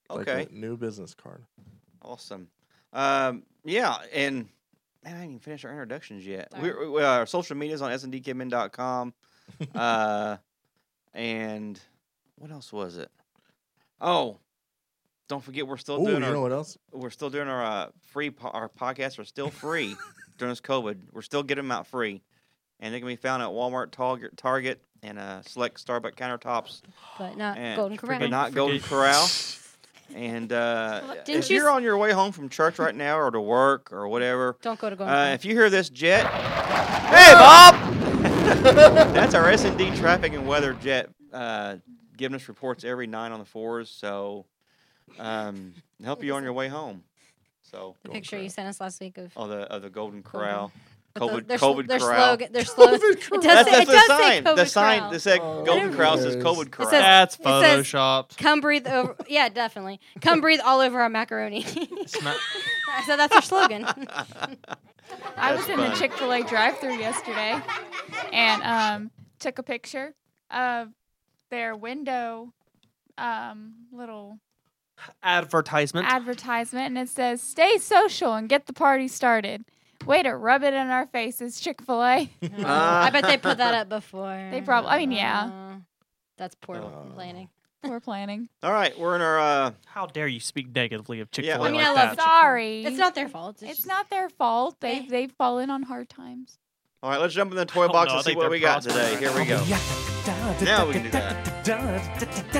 B: Like uh,
A: Okay.
B: a new business card.
A: Awesome. Um, yeah, and man, I didn't even finish our introductions yet.
D: Sorry.
A: We're, we, uh, our social media's on sndkidmin.com. uh, and what else was it? Oh, don't forget we're still
B: Oh, you
A: doing our
B: know what else?
A: we're still doing our uh, free po- our podcasts are still free during this COVID. We're still getting them out free. and they can be found at Walmart, Target, Target and uh, select Starbucks countertops,
D: but not
A: and
D: Golden
A: but
D: Corral. [laughs]
A: not Golden
C: Forget-
A: Corral. And uh,
D: Didn't
A: if
D: you
A: you're
D: s-
A: on your way home from church right now or to work or whatever,
D: Don't go to Golden
A: uh,
D: Corral.
A: if you hear this jet,
D: [laughs]
A: hey Bob, that's our S and D traffic and weather jet uh, giving us reports every nine on the fours. So um, help you on your way home. So
D: the picture you sent us last week of
A: of the of the Golden
D: Golden.
A: Corral,
D: with the-
A: Oh, COVID
D: their, sl-
A: COVID
D: their
A: Corral.
D: slogan.
B: [laughs]
D: Their slogan. It does
A: That's,
D: say-
A: that's
D: it does
A: the
D: say
A: sign. The
D: COVID
A: sign
D: Corral.
A: that said
B: Oh,
A: Golden Corral says
B: yes.
A: COVID
D: says-
A: Corral.
C: That's
D: It says-
C: photoshopped.
D: Come breathe over. Yeah, definitely. Come breathe all over our macaroni. so [laughs]
C: It's not-
D: that's our slogan.
E: I was
A: That's
E: in the
A: fun.
E: Chick Fil A drive-through yesterday, and um, took a picture of their window, um, little
C: advertisement.
E: advertisement, and it says "Stay social and get the party started." Way to rub it in our faces, Chick Fil A.
A: Ah.
D: I bet they put that up before.
E: They probably- I mean, yeah.
D: Uh, that's poor
B: Uh,
D: planning.
E: [laughs] We're planning.
A: [laughs] All right, we're in our uh,
C: How dare you speak negatively of Chick
A: Yeah,
C: Fil A
A: I mean,
C: like
D: I love
C: that?
D: Chick-fil-A.
E: Sorry,
D: It's not their fault. It's,
E: It's
D: just-
E: not their fault. They
D: They-
E: have they've fallen on hard times.
A: all right. Let's jump in the toy
C: Oh,
A: box
C: no, I
A: and see
C: think
A: what
C: they're
A: we got
C: processing
A: today.
C: right
A: Here we go. Now we can do that.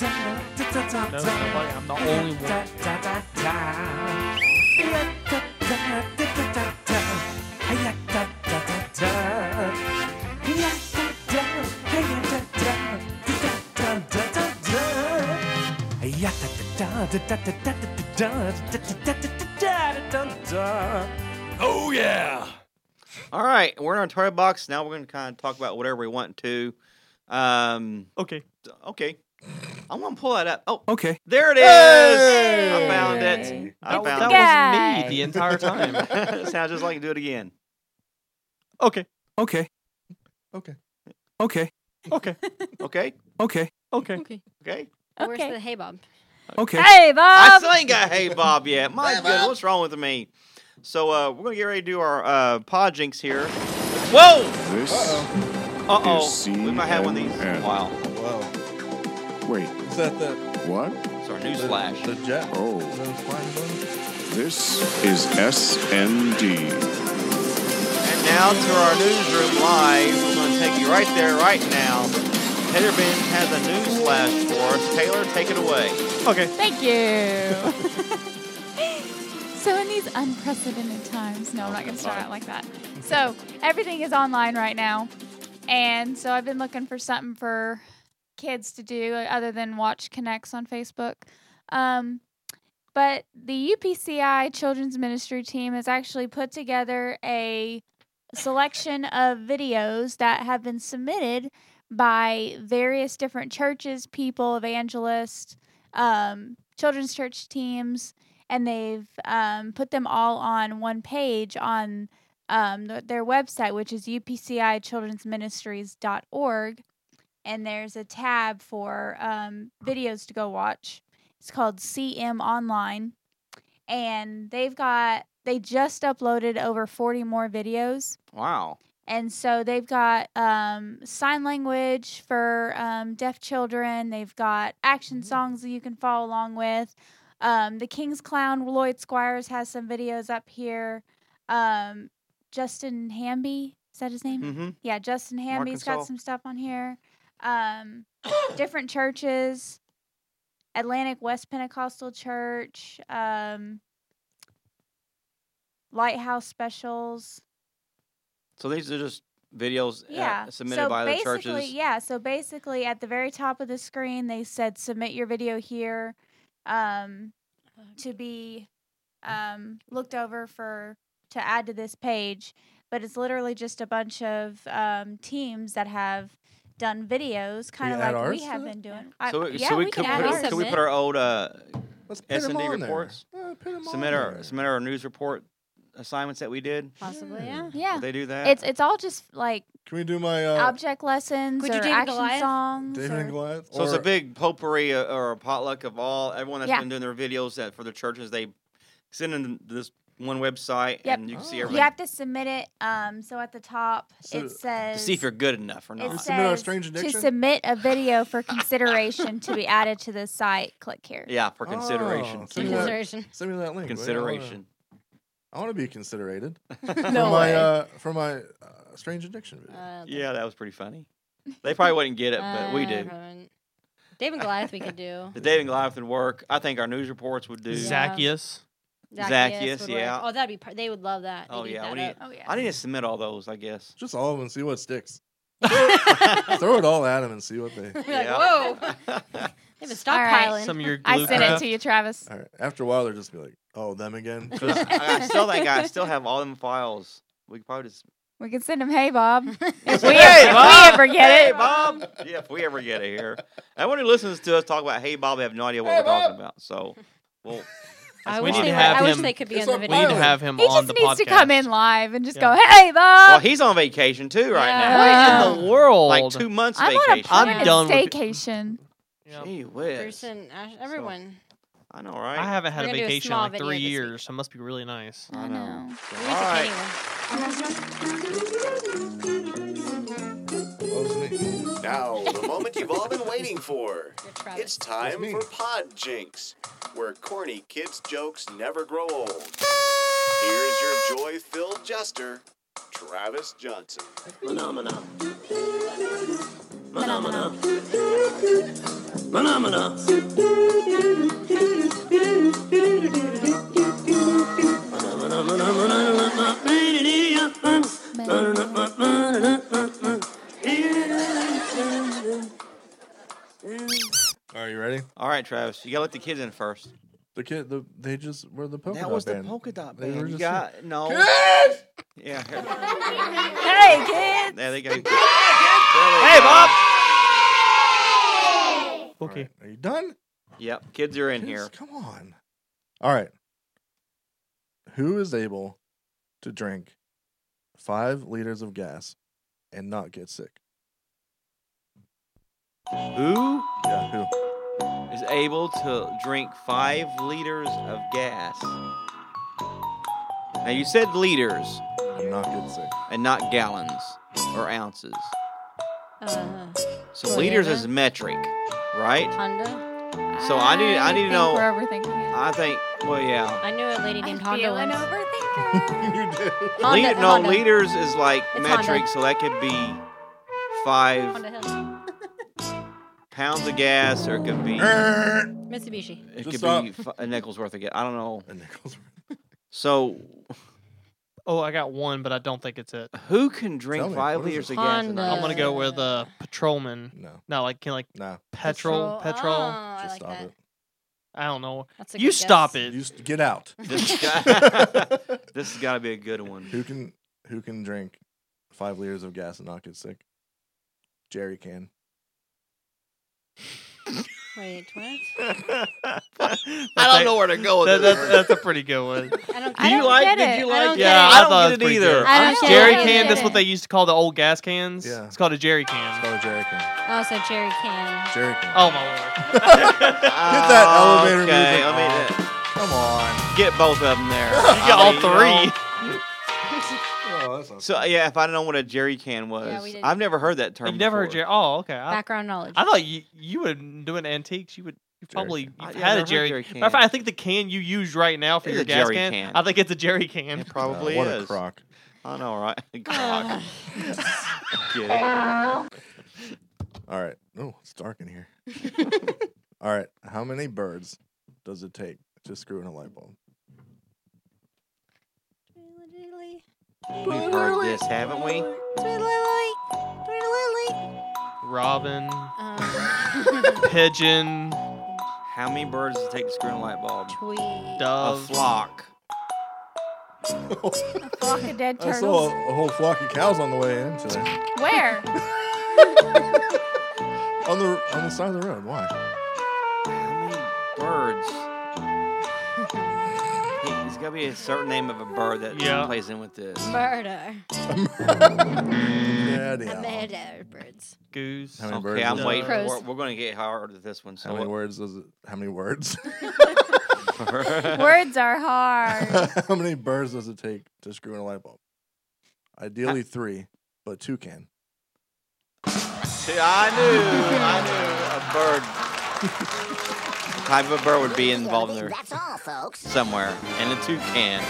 C: No, nobody, I'm the only one.
F: Oh yeah!
A: All right, we're in our toy box. Now we're going to kind of talk about whatever we want to. Um,
C: Okay.
A: okay, I'm going to pull that up. Oh,
F: Okay.
A: there it is. I
D: Hey!
A: found it.
D: Hey.
A: I
C: That,
A: found it.
C: that
E: Guy.
C: was me the entire time.
A: [laughs] Sounds just like do it again.
C: okay.
F: Okay.
B: Okay.
F: Okay.
C: [laughs] Okay.
A: Okay,
F: Okay.
C: Okay.
D: Okay.
A: okay.
D: Where's
E: Okay.
D: the hey Bob?
F: Okay.
E: Hey,
A: I
E: Bob.
A: still ain't got Hey Bob yet. My
G: Hey,
A: goodness,
G: Bob.
A: what's wrong with me? So uh, we're gonna get ready to do our uh, pod jinx here. Whoa!
H: This.
A: Uh oh,
H: Is
A: we might have one of these.
H: CNN.
A: Wow,
B: Wow.
H: Wait,
B: Is that the,
H: what?
A: it's our
B: the,
A: newsflash.
B: the jet?
H: Oh,
B: That was flying by?
H: this is SND.
A: And now to our newsroom live. We're gonna take you right there, right now. Taylor Ben has a newsflash for us. Taylor, take it away.
C: Okay.
E: Thank you. [laughs] so in these unprecedented times, no, I'm not going to start out like that. So everything is online right now, and so I've been looking for something for kids to do other than watch Connects on Facebook. Um, but the UPCI Children's Ministry team has actually put together a selection of videos that have been submitted by various different churches, people, evangelists, um, children's church teams, and they've um, put them all on one page on um, th- their website, which is upcichildrensministries.org. And there's a tab for um, videos to go watch. It's called CM Online. And they've got, they just uploaded over 40 more videos.
A: Wow.
E: And so they've got um, sign language for um, deaf children. They've got action songs that you can follow along with. Um, the King's Clown, Lloyd Squires has some videos up here. Um, Justin Hamby, is that his name?
A: Mm-hmm.
E: Yeah, Justin Hamby's
A: Arkansas.
E: got some stuff on here. Um, different churches, Atlantic West Pentecostal Church, um, Lighthouse Specials.
A: So these are just videos uh,
E: yeah.
A: submitted
E: so
A: by the
E: basically,
A: churches.
E: Yeah. So basically, at the very top of the screen, they said submit your video here um, to be um, looked over for to add to this page. But it's literally just a bunch of um, teams that have done videos, kind of
B: add
E: like
B: ours
E: we
B: to
E: have
B: that?
E: been doing. I-
A: So,
E: uh, yeah,
A: so we,
E: we
A: could
E: can
D: add
A: put,
D: ours.
E: add
A: can
E: ours.
A: we put our old uh,
B: Let's put 'em
A: S&D
B: on there.
A: reports.
B: Yeah, put 'em
A: submit
B: on
A: our
B: there.
A: submit our news report assignments that we did?
D: Possibly, yeah.
E: Yeah,
A: Did they do that?
E: it's it's all just like
B: Can we do my uh,
E: object lessons
D: Could
E: or
D: you David
E: action
D: Goliath?
E: songs.
B: David and
E: or-
B: Goliath?
A: so it's
B: or-
A: a big potpourri uh, or a potluck of all everyone that's
E: Yeah.
A: been doing their videos that for the churches they send in this one website,
E: Yep.
A: and you can see
B: Oh.
E: You
A: everything
E: have to submit it. Um, so at the top
B: So- To
E: it says
A: to see if you're good enough or
E: it
A: not.
B: It's- submit our
E: says,
B: strange
E: to
B: addiction?
E: submit a video for consideration to be added to the site. Click here.
A: Yeah, for
B: Oh,
A: consideration.
B: so
A: Keyword,
B: you have-
D: Consideration.
B: Send me that link. buddy. I wanna-
A: Consideration.
B: I want to be considerated
E: No
B: for my
D: [laughs]
E: way.
B: uh, for my uh, strange addiction video.
D: Uh,
A: Yeah, that was pretty funny. They probably wouldn't get it, but we
D: uh, [laughs]
A: did.
E: Uh-huh.
D: probably- Dave and Goliath, we
A: [laughs]
D: could do.
A: The David Goliath would work. I think our news reports would do.
D: Yeah.
C: Zacchaeus.
A: Zacchaeus,
D: would work.
A: yeah.
D: Oh, that'd be. Par- they would love that. They'd
A: Oh,
D: eat
A: yeah,
D: that
A: we need-
D: up.
E: Oh yeah.
A: I need to submit all those, I
E: [laughs]
A: guess. [laughs]
B: Just all of them. See what sticks.
A: Yeah.
B: Throw it all at them and see what they.
D: [laughs] We're like, whoa, they've been
E: All right.
D: stockpiling.
C: Some of your glue
E: I sent it
C: crap.
E: to you, Travis.
B: All right. After a while, they'll just be like, "Oh, them again."
A: 'Cause I, I still think I still have all them files. We could probably just.
E: We can send him. Hey, [laughs] Bob. If we,
A: Hey,
E: ever,
A: Bob!
E: we ever get
A: Hey,
E: it,
A: Bob! Yeah, if we ever get it here. Everyone who listens to us talk about Hey, Bob, they have no idea what
B: Hey,
A: we're talking
B: Bob!
A: about. So, well,
D: I
C: We
D: wish
C: need
D: they
C: to
D: were,
C: have
D: I wish
C: him-
D: they could be
B: It's
D: on the
B: our
C: We need
D: video.
C: to
B: Pilot.
C: have him
E: he
C: on
E: just
C: the
E: needs
C: podcast.
E: to come in live and just
C: Yeah.
E: go, "Hey,
A: well,
E: Bob."
A: he's on vacation too right
D: Yeah.
A: now.
C: What in the world?
A: Like two months
E: I'm on a
A: vacation.
C: I'm
E: permanent
C: done with-
E: staycation.
C: Yeah.
A: Gee whiz.
D: Person, Ash, everyone.
A: I know, right?
C: I haven't had
D: We're gonna
C: a
D: do a
C: vacation in
D: small
C: like
D: video
C: three
D: this week.
C: years, so it must be really nice.
E: I know.
A: So,
D: We
A: all
D: need to
A: right.
D: pay anyone.
B: Loves me.
G: Now, the moment you've all been waiting for.
D: [laughs] You're Travis.
G: It's time
B: me.
G: for Pod Jinx, where corny kids' jokes never grow
D: [laughs]
G: old. Here's your joy filled jester, Travis Johnson.
B: Are you ready?
A: All right, Travis, you gotta let the kids in first.
B: The kid, the they just were the polka
A: That
B: dot
A: was the
B: band.
A: polka dot
B: They were
A: band. You
B: just-
A: got no. Yeah.
E: Hey, kids.
A: There they go. Hey, Bob.
B: All
C: Okay.
B: right, Are you done?
A: Yep, kids are in
B: Kids,
A: here.
B: Come on. All right. Who is able to drink five liters of gas and not get sick?
A: Who
B: Yeah. Who?
A: is able to drink five liters of gas? Now you said liters
B: And not get sick.
A: and not gallons or ounces.
D: Uh,
A: So
D: Well, yeah,
A: liters is
D: that-
A: metric, right?
D: Honda.
A: So I need- I need to
E: think
A: know-
E: We're overthinking it.
A: I think. Well, yeah.
D: I knew a lady named Honda
E: feel an
D: once.
B: [laughs]
E: overthinker.
B: you [laughs] did.
D: Honda,
A: Liter- no,
D: Honda.
A: liters is like
D: It's Honda.
A: metric, so that could be five
D: Honda Hill.
A: pounds of gas, or it could be
D: Mitsubishi.
A: it
B: Just
A: could
B: stop.
A: be f- a nickel's worth of gas. I don't know.
B: And Nichols were-
A: So
C: Oh, I got one, but I don't think it's it.
A: who can
B: Tell
A: drink
B: me,
A: five
B: what
A: liters
B: is it?
A: of gas? and
C: I'm
A: not-
D: Honda.
C: gonna go with uh, patrolman.
B: No.
C: Not like can like
B: No.
C: petrol, petrol.
D: Oh, I
B: Just
D: like
B: stop
D: that.
B: it.
C: I don't know.
D: That's a
C: You
D: good
C: stop
D: guess.
C: it.
B: You s- get [laughs] out.
A: [laughs] This, guy, this has got to be a good one.
B: who can who can drink five liters of gas and not get sick? Jerry can.
D: Wait, what?
C: [laughs]
A: I
C: That's
A: don't know where to go with
C: That,
A: this.
C: that's, that's a pretty good one.
D: [laughs] I don't.
A: Do
E: I
D: get
A: you like? Did
D: it.
E: don't get it.
A: you
D: I
A: like?
D: don't
A: it?
D: get it.
A: I don't
C: thought
A: get it
C: it was pretty
A: either.
C: good.
D: I
A: I'm
D: don't get
A: Jerry
C: Jerry
D: it.
C: can.
D: I
C: That's
D: get
C: what
D: it.
C: they used to call the old gas cans.
B: Yeah.
C: It's called a jerry
B: It's
C: can.
B: called a Jerry can.
D: Oh, so Jerry can.
B: Jerry can.
C: [laughs] Oh my
D: [laughs]
C: lord.
A: Hit
B: that
A: Ah,
B: elevator
A: okay,
B: music
A: I mean,
B: come on.
A: uh, get both of them
B: [laughs]
A: there. you
C: You got all three.
B: Oh, that's not
A: So uh,
B: fair.
A: yeah, if I don't know what a jerry can was,
D: we didn't.
A: I've never heard that term.
C: [laughs] You've never heard
A: before.
C: jerry. Oh, okay. I,
D: Background knowledge.
C: I thought you you would doing antiques. You would you
B: Jerry
C: probably
A: I-
C: you've
A: yeah,
C: had
A: I've
C: a
A: heard
C: jerry.
A: jerry
C: Matter of
A: can.
C: fact, I think the can you use right now for
A: It's
C: your
A: a
C: gas
A: jerry
C: can,
A: can.
C: I think it's a jerry can.
A: It probably
B: Uh, what
A: is.
B: a crock.
A: I know, right? [laughs]
D: Ugh.
A: Crock.
B: [laughs]
A: Get it.
B: All right. Oh, it's dark in [laughs] here. All right. How many birds does it take to screw in a light [laughs] bulb?
A: We've heard this, haven't we?
C: Robin,
D: Um,
C: pigeon,
A: How many birds does it take to screw in a light bulb?
D: tweet.
A: A
C: dove.
A: flock.
E: A [laughs] flock of dead
B: I saw a,
E: turtles.
B: a whole flock of cows on the way in today.
E: Where?
B: On the on the side of the road. Why?
A: How many birds? Hey, There's got to be a certain name of a bird that
C: Yeah.
A: plays in with this.
D: Murder.
B: Yeah,
D: I
B: yeah.
D: murder birds.
C: goose.
B: How many birds
A: Okay,
B: does
A: I'm
B: it-
A: waiting.
D: Crows.
A: We're, we're going to get hard with this one. So
B: How many
A: what-
B: [laughs] words does it? How many words?
E: Words
B: [laughs]
E: are hard.
A: Mm.
B: How many burrs does it take to screw in a light bulb? Ideally three, but two can.
A: [laughs] See, I knew, I knew a bird. Type of bird would be involved in there
I: That's all, folks.
A: somewhere, and a toucan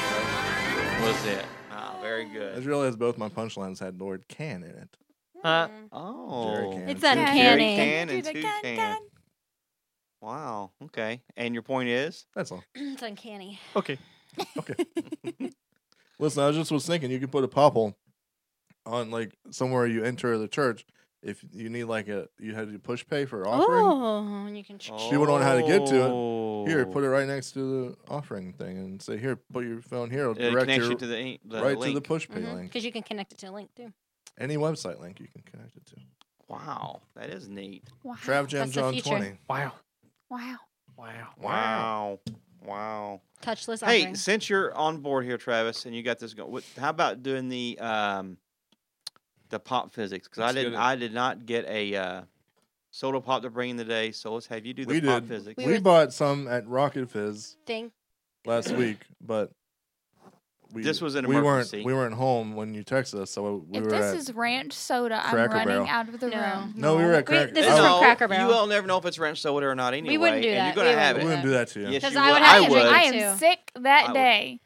A: was it. Ah, very
B: I just
A: good.
B: realized both my punchlines had the word can in it.
C: Uh,
D: Mm.
A: Oh,
B: Jerry can.
D: it's
B: Jerry
D: uncanny.
A: can and
E: Do the
A: two
E: can,
A: can.
E: can.
A: Wow. Okay. And your point is?
B: That's all.
D: [clears throat] it's uncanny.
C: Uh, okay.
B: Okay. Listen, I just was thinking you could put a popple on like somewhere you enter the church if you need like a you had to push pay for offering.
D: Oh, and you can. Oh.
B: She would know how to get to it.
A: it.
B: Here, put it right next to the offering thing and say, Here, put your phone here, it'll
A: It
B: direct
A: connects
B: you
A: you to the, in- the
B: right
A: link. Mm-hmm.
B: to the push pay
D: Because
B: link.
D: you can connect it to a link too.
B: Any website link you can connect it to.
A: Wow, that is neat.
E: Wow.
B: Trav Jam
D: That's the
B: John
D: future.
B: twenty.
C: Wow.
E: Wow.
C: Wow.
A: Wow, wow.
D: Touchless
A: Hey,
D: offering.
A: since you're on board here, Travis, and you got this going, what, how about doing the um, the pop physics? Because I
B: Let's get
A: did,
B: it.
A: I did not get a uh, soda pop to bring in today, so let's have you do the
B: We
A: pop
B: did.
A: physics.
D: We
B: We
D: were-
B: bought some at Rocket Fizz
D: Thing.
A: [clears throat]
B: last week, but we,
A: This was an
B: we
A: emergency.
B: weren't we weren't home when you texted us, so we
E: if
B: were
E: this
B: at,
E: is ranch soda, I'm
B: Cracker
E: running
B: Barrel.
E: out of the
D: No.
E: room.
B: no, we were at
D: We-
B: Cracker.
D: this
B: I
D: is
B: was-
D: from Cracker Barrel.
A: You will never know if it's ranch soda or not anyway.
D: We wouldn't do
A: and
D: that.
A: You're gonna
D: We
A: have
B: I
D: wouldn't
A: it.
B: wouldn't do that to you.
A: Yes,
D: 'Cause
A: you
D: I would
A: would.
D: have
A: I
D: to drink
A: would.
E: I
D: Me too.
E: am sick that
A: I would.
E: day.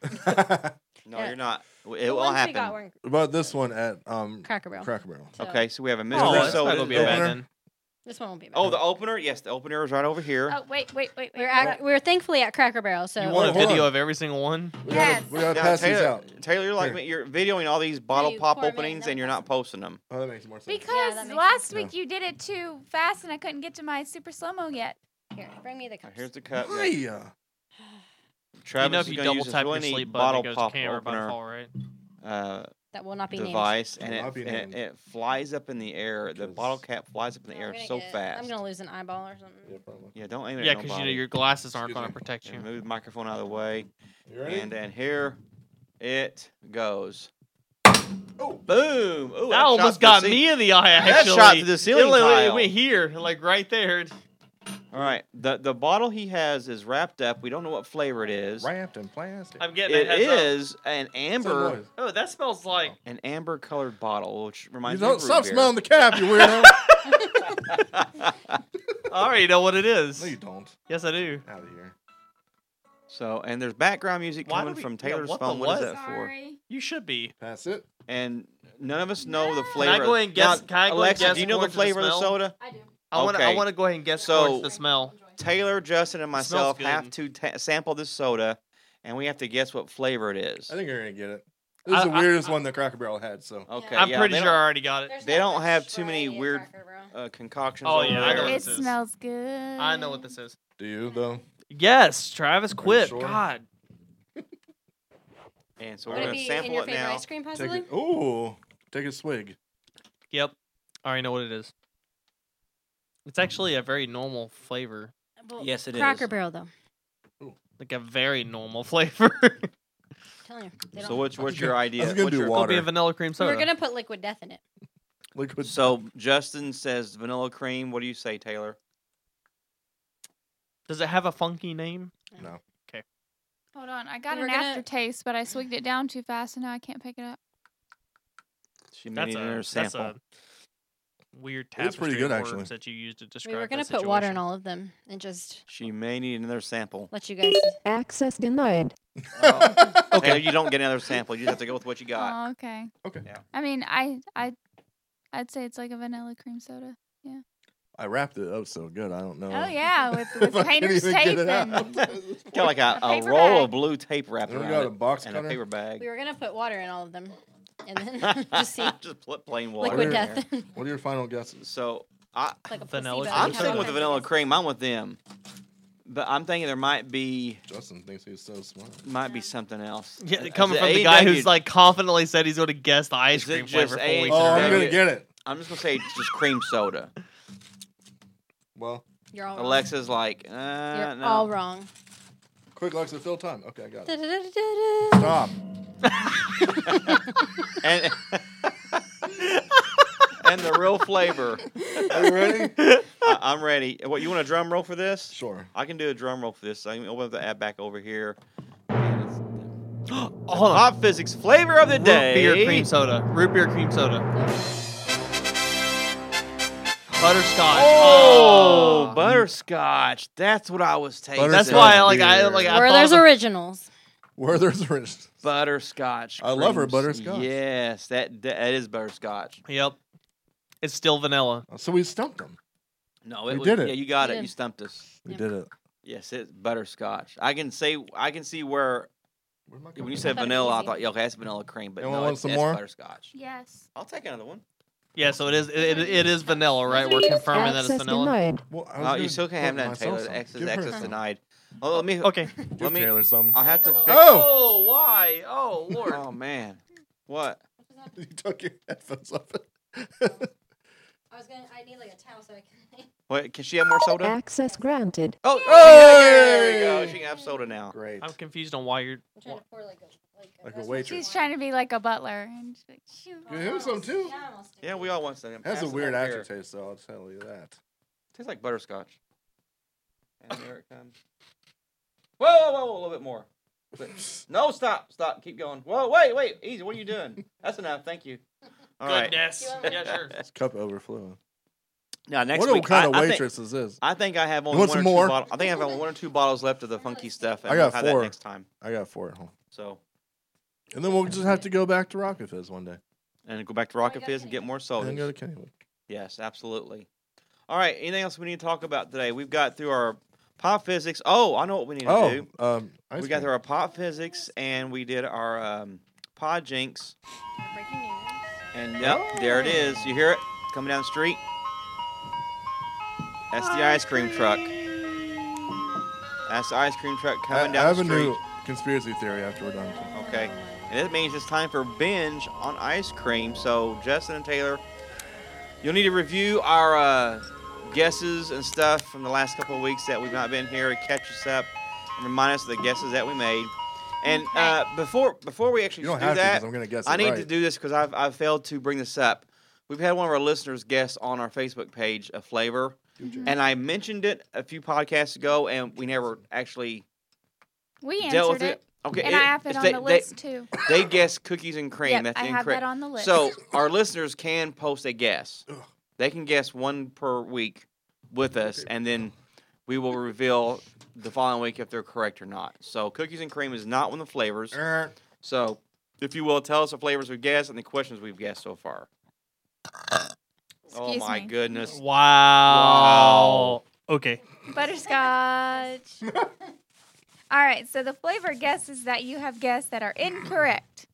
A: No,
B: [laughs]
D: Yeah.
A: you're not. It
D: The
A: will
D: ones we
A: happen.
D: got were in
B: About this one at um
D: Cracker Barrel.
B: Cracker Barrel.
D: so
A: Okay, so we have a mystery
C: Oh,
B: that
C: that's not
A: soda.
C: gonna be
B: the
C: a bad
B: opener?
C: then.
D: This one won't be bad.
A: Oh, the opener. Yes, the opener is right over here.
E: Oh wait, wait, wait, wait.
D: we're, at, we're thankfully at Cracker Barrel, so
C: You
B: Oh,
C: want a
B: hold
C: video
B: on.
C: of every single one?
B: We gotta-
E: Yes.
B: we gotta
A: Now,
B: pass these
A: Taylor,
B: out.
A: Taylor, you're like
B: Here.
A: me. You're videoing all these bottle
D: you
A: pop
D: pour 'em in,
A: openings,
D: then
A: and you're not posting them.
B: Oh, that makes more sense.
D: Yeah,
E: Because
D: that makes
E: last
B: sense.
E: week you did it too fast and I couldn't get to my super slow mo yet.
D: here, bring me the
A: Now,
D: cups.
A: here's the cup.
B: Why?
A: Travis
C: you know if
A: is
C: you
A: gonna
C: double
A: use his
C: tap your
A: really
C: sleep button,
A: bottle
C: it goes
A: pop
C: to camera by
A: opener
C: default, right?
A: uh,
D: that will not be named.
A: device, and
B: Will not
A: it,
B: be
A: and it,
B: named.
A: it flies up in the air. The bottle
B: Because-
A: cap flies up in the
D: No,
A: air
D: we're gonna
A: so
D: get-
A: fast.
D: I'm gonna lose an eyeball or something.
B: Yeah, probably.
A: Yeah, don't aim it
C: Yeah,
A: at
C: because you know
A: nobody.
C: your glasses aren't
B: Excuse
C: going
B: me.
C: to protect
A: Yeah,
C: you.
A: move the microphone out of the way,
B: You ready?
A: and and here it goes. Oh, boom! Ooh,
C: That almost got me in the eye.
A: That
C: Actually,
A: shot to the ceiling
C: It literally
A: tile.
C: went here, like right there.
A: All right, the the bottle he has is wrapped up. We don't know what flavor it is.
B: Wrapped in plastic.
C: I'm getting
A: It
C: a heads up.
A: is an
B: What's that
A: amber,
B: noise?
C: Oh, that smells like.
A: an amber colored bottle, which
B: You
A: reminds me
B: don't
A: of root
B: stop
A: beer.
B: smelling the cap, you
A: [laughs]
B: weirdo.
C: I already know what
B: [laughs]
C: it
B: no,
C: is.
B: you don't.
C: Yes, I do.
B: Out of here.
A: So, and there's background music
C: Why do
A: coming
C: we-
A: from
C: yeah,
A: Taylor's
C: what the
A: phone. What is
C: what?
A: that for?
C: You should be.
B: Pass it.
A: And none of us know the
C: Can
A: flavor.
C: I go ahead and
A: Now,
C: guess- can I go ahead and
A: Alexa,
C: guess
A: do you know the
C: according to
A: flavor
C: the
A: of the
C: smell?
A: soda?
D: I do.
C: I want to. I
A: Okay.
C: want to go ahead and guess
A: So-
C: towards the smell.
A: Taylor, Justin, and
C: smells
A: myself have
C: good.
A: to ta sample this soda, and we have to guess what flavor it is.
B: I think you're gonna get it. This is
C: I-
B: the
C: I-
B: weirdest one that Cracker Barrel had. So
A: okay,
C: I'm
A: yeah,
C: pretty
A: they
C: sure I already got it.
A: They don't have too many weird- don't- uh, concoctions.
C: Oh,
A: over
C: yeah, I know
A: there.
C: what
E: It
C: this is.
E: smells good.
C: I know what this is.
B: do you though?
C: Yes, Travis, quit.
B: sure?
C: God,
A: And so
D: Would
A: we're
D: it
A: gonna
D: be in
A: sample
D: your
A: it
D: favorite
A: now.
D: ice cream,
B: Take
D: possibly?
B: it. Ooh, take a swig.
C: Yep. I already know what it is. It's actually a very normal flavor.
D: Well,
A: Yes, it is.
D: Cracker Barrel, though. I'm
C: Like a very normal [laughs] flavor.
D: telling you, they
A: So
D: don't-
A: what's what's
B: was
A: your
B: gonna- I
A: idea?
B: was gonna
A: What's
B: do
A: your-
B: water.
C: Could be a vanilla cream
D: we
C: soda.
D: were gonna put liquid death in it.
B: Look what [laughs]
A: So Justin says vanilla cream. What do you say, Taylor?
C: Does it have a funky name?
B: No.
E: Hold on, I got
D: We're
E: an
D: gonna-
E: aftertaste, but I swigged it down too fast and now I can't pick it up.
A: She made
C: That's a,
A: another
C: that's
A: sample.
C: a weird tapestry
B: It's pretty good,
C: of words
B: actually.
C: that you used to describe
D: We were gonna
C: that
D: put water in
C: situation.
D: all of them and just
A: She may need another sample.
D: let you guys.
I: Access denied.
A: [laughs] Okay, you don't get another sample. You just have to go with what you got.
D: Um,
A: [laughs]
E: Oh, okay.
B: Okay.
A: Yeah.
E: I mean, I, I, I'd say it's like a vanilla cream soda.
B: I wrapped it up so good. I don't know. [laughs]
E: Oh yeah, with,
B: if
E: with
B: I can't
E: painter's
B: even get
E: tape
B: it
E: and
B: out.
A: Got like a,
E: A
A: a
E: paper
A: roll
E: bag.
A: of blue tape wrapped
B: Then we
A: around
B: got
A: it
B: a box
A: and
B: cutter.
A: a paper bag. [laughs]
D: We were gonna put water in all of them, and then just see
A: Just pl- plain water.
D: liquid
A: in
B: death.
D: death,
B: What are your final guesses?
A: So I,
D: [laughs] like a
C: Vanilla
D: placebo.
C: cream
A: I'm
C: soda.
A: thinking with the vanilla cream. I'm with them, but I'm thinking there might be
B: Justin thinks he's so smart.
A: might be something else.
C: [laughs] Yeah,
A: Is it
C: coming from the guy
A: A&W?
C: who's like confidently said he's gonna guess the ice
A: Is it
C: cream
A: just
C: flavor.
A: A&W?
B: Oh,
C: four weeks in a
B: I'm
C: row.
B: gonna get it.
A: I'm just gonna say it's just cream
D: [laughs]
A: soda.
B: Well,
D: You're all wrong.
A: Alexa's like, uh,
D: You're
A: no. [laughs]
D: all wrong.
B: quick looks to fill time. Okay, I got it.
D: Da-da-da-da-da.
B: Stop.
A: And, [laughs] and the real flavor.
D: [laughs]
B: Are
A: [laughs]
B: you ready?
A: I, am ready. What you want a drum roll for this?
B: Sure.
A: I can do a drum roll for this. I can open the app back over
B: [gasps]
A: here. And it's-
C: Hold on.
A: Hot physics flavor of the
C: Root
A: day.
C: beer cream soda. Root beer cream soda. Butterscotch.
A: Oh,
C: Ah.
A: butterscotch. That's what I was tasting.
C: That's
B: Butterscotch
C: why I like. I
B: beer.
C: like. I
D: Werther's
C: thought-
D: originals.
B: Werther's Rich.
A: butterscotch.
B: I love her
A: creams.
B: butterscotch.
A: Yes, that that is butterscotch.
C: Yep. It's still vanilla.
B: So we stumped them.
A: No, it
B: We
A: was,
B: did it.
A: Yeah, you got
D: We
A: it. You
D: did.
A: stumped us.
B: We
D: Yeah.
B: did it.
A: Yes, it's butterscotch. I can say I can see where
B: Where'd my
A: when
B: cup
A: you
B: go?
A: said
D: thought it was
A: vanilla, I
D: easy.
A: thought, yeah, okay, that's vanilla cream, but
B: Anyone
A: no,
B: want
A: it's,
B: some
A: it's
B: more?
A: butterscotch.
E: Yes.
A: I'll take another one.
C: Yeah. So it is. It, it, it is vanilla, right? We're confirming that it's
I: Access
C: vanilla.
I: denied.
B: Well, I was
A: Oh,
B: gonna
A: you still can't
B: get
A: have none,
B: myself
A: Taylor.
B: some.
A: Access,
B: Give her
A: access
B: some.
A: denied. Oh, let me.
C: Okay.
A: let
B: Give
A: me.
B: Taylor some.
A: [laughs] I have to.
D: Wait a
A: Fix
D: little.
B: Oh!
C: Oh, why? Oh, Lord.
A: Oh man, [laughs] what?
B: You took your headphones
A: [laughs]
B: off.
D: I was gonna. I need like a towel so I can. [laughs]
A: What? Can she have more soda?
I: Access granted.
A: Oh, oh, there we go.
B: Yay!
A: She can have soda now.
B: Great.
C: [laughs] I'm confused on why you're.
D: I'm trying to pour like a like.
B: Like a
D: that's what
B: waitress.
D: she's
E: She's trying to be like a butler and she's like, shoot.
B: Give him some too.
D: Yeah, I'm all sticky.
A: Yeah, we all want some.
B: That's
A: Pass
B: a
A: it
B: weird
A: over here.
B: aftertaste, though. I'll tell you that.
A: Tastes like butterscotch. And there it comes. [laughs] Whoa, whoa, whoa, whoa, a little bit more. [laughs] No, stop, stop, keep going. Whoa, wait, wait, easy. What are you doing? That's enough. Thank you. All right.
C: Goodness. Yeah, sure.
B: It's cup overflowing.
A: Now next
B: what
A: week,
B: kind
A: I,
B: of
A: I think-
B: waitress is this?
A: I think I have only
B: You want
A: one or
B: some
A: two
B: more?
A: bottles. I think I have only one or two bottles left of the funky stuff. And
B: I got
A: we'll have that
B: four.
A: next time.
B: I got four at home,
A: So
B: and then we'll just have to go back to Rocket Fizz one day,
A: and go back to
D: Oh,
A: Rocket
D: you got
A: Fizz and
D: Kenny.
A: get more
B: and then go
A: sodas.
B: to Kennywood.
A: Yes, absolutely. All right. Anything else we need to talk about today? We've got through our pop physics. Oh, I know what we need to do.
B: Oh, um, ice
A: we got
B: cream.
A: through our pop physics and we did our um, pod jinx.
D: Breaking news.
A: And yep, there it is. You hear it coming down the street? That's the ice cream truck. That's the ice cream truck
B: I,
A: coming
B: I
A: down
B: have
A: the
B: a
A: street.
B: new conspiracy theory after we're done. too.
A: Okay. And that means it's time for binge on ice cream. So, Justin and Taylor, you'll need to review our uh, guesses and stuff from the last couple of weeks that we've not been here to catch us up and remind us of the guesses that we made. And uh, before before we actually
B: You don't
A: do
B: have to
A: that,
B: because I'm gonna guess.
A: I
B: it
A: need to
B: right.
A: do this because I've, I've failed to bring this up. We've had one of our listeners guess on our Facebook page a flavor, and I mentioned it a few podcasts ago, and we never actually
E: We answered
A: dealt with
E: it.
A: it. Okay,
E: And I have it on
A: they,
E: the
A: they-
E: list too.
A: They, guessed cookies and cream.
E: Yep,
A: That's
E: I have
A: incorrect.
E: that on the list.
A: So our listeners can post a guess.
B: Ugh.
A: They can guess one per week with us, and then we will reveal the following week if they're correct or not. So cookies and cream is not one of the flavors.
B: Er,
A: So, if you will, tell us the flavors we've guessed and the questions we've guessed so far. oh
E: Excuse
A: my
E: me.
B: Oh,
A: goodness!
C: Wow. Okay.
E: Butterscotch. All right, so the flavor guesses that you have guessed that are incorrect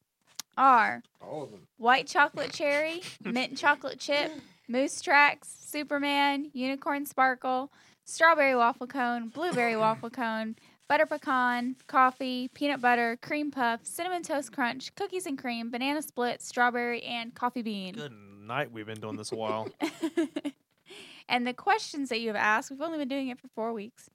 E: are
B: All of them.
E: white chocolate cherry, mint chocolate chip, moose tracks, Superman, unicorn sparkle, strawberry waffle cone,
B: [laughs]
E: blueberry waffle cone, butter pecan, coffee, peanut butter, cream puff, cinnamon toast crunch, cookies and cream, banana split, strawberry, and coffee bean.
C: Good night. We've been doing this a while.
E: [laughs] and the questions that you have asked, we've only been doing it for four weeks.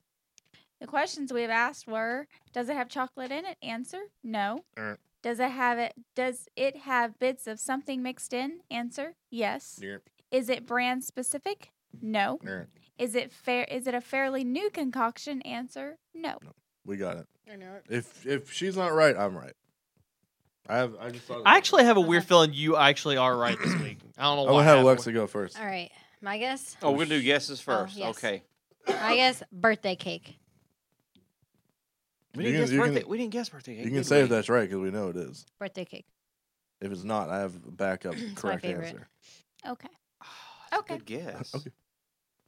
E: The questions we have asked were: Does it have chocolate in it? Answer: No.
B: Er.
E: Does it have it? Does it have bits of something mixed in? Answer: Yes.
B: Er,
E: Is it brand specific? No.
B: er.
E: Is it fair? Is it a fairly new concoction? Answer: No.
B: We got it.
D: I know it.
B: If if she's not right, I'm right. I have. I just thought. of
C: [laughs] I
B: it.
C: actually have a weird feeling you actually are right this week. I don't
B: I'm
C: know why.
B: gonna have
C: happened.
B: Alexa go first.
D: All right, my [coughs] guess.
A: Oh, we're gonna do guesses first.
D: yes.
A: Okay.
D: I guess birthday cake.
A: We didn't,
B: You can-
A: guess
B: you can-
A: birthday. we didn't guess birthday.
B: You
A: cake,
B: can
A: did
B: say
A: we?
B: if that's right because we know it is.
D: Birthday cake.
B: If it's not, I have a backup
D: It's my
B: correct
D: favorite.
B: answer.
E: Okay.
A: Oh, that's
E: Okay.
A: A good guess.
B: [laughs] Okay.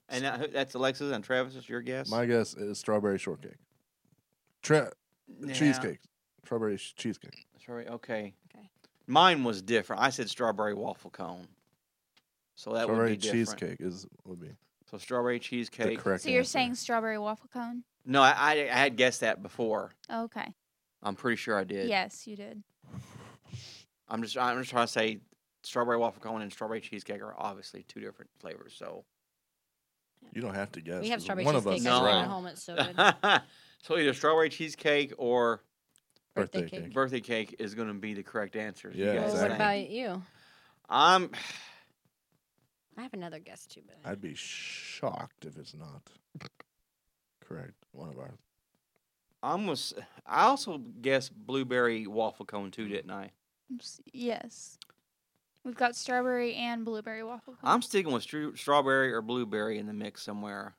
A: And now, who- that's Alexa's and Travis. Is your guess?
B: My guess is strawberry shortcake. Tra-
A: Yeah.
B: Cheesecake. Strawberry sh- cheesecake.
A: Sorry. Okay.
D: Okay.
A: Mine was different. I said strawberry waffle cone. So that
B: strawberry
A: would be different.
B: cheesecake is would be
A: So strawberry cheesecake.
B: the correct
E: So you're
B: answer.
E: saying strawberry waffle cone?
A: No, I, I, I had guessed that before.
E: Okay.
A: I'm pretty sure I did.
E: Yes, you did.
A: I'm just I'm just trying to say strawberry waffle cone and strawberry cheesecake are obviously two different flavors. So
B: you don't have to guess.
D: we have
B: 'cause
D: strawberry
B: one
D: cheesecake.
B: Of us is
D: I
A: No.
D: have one
B: right.
D: at home. It's
A: [laughs]
D: so good.
A: so either strawberry cheesecake or
B: Birthday
D: Birthday cake.
B: cake.
A: birthday cake is going to be the correct answer. if
B: Yeah,
A: you guys
D: Well,
B: exactly.
D: what
A: think.
D: about you?
A: I'm
D: I have another guess too, but
B: I'd be shocked if it's not correct. One of our
A: I'm was. I also guessed blueberry waffle cone too, didn't I?
E: S- Yes. We've got strawberry and blueberry waffle. cone.
A: I'm sticking with stru- strawberry or blueberry in the mix somewhere.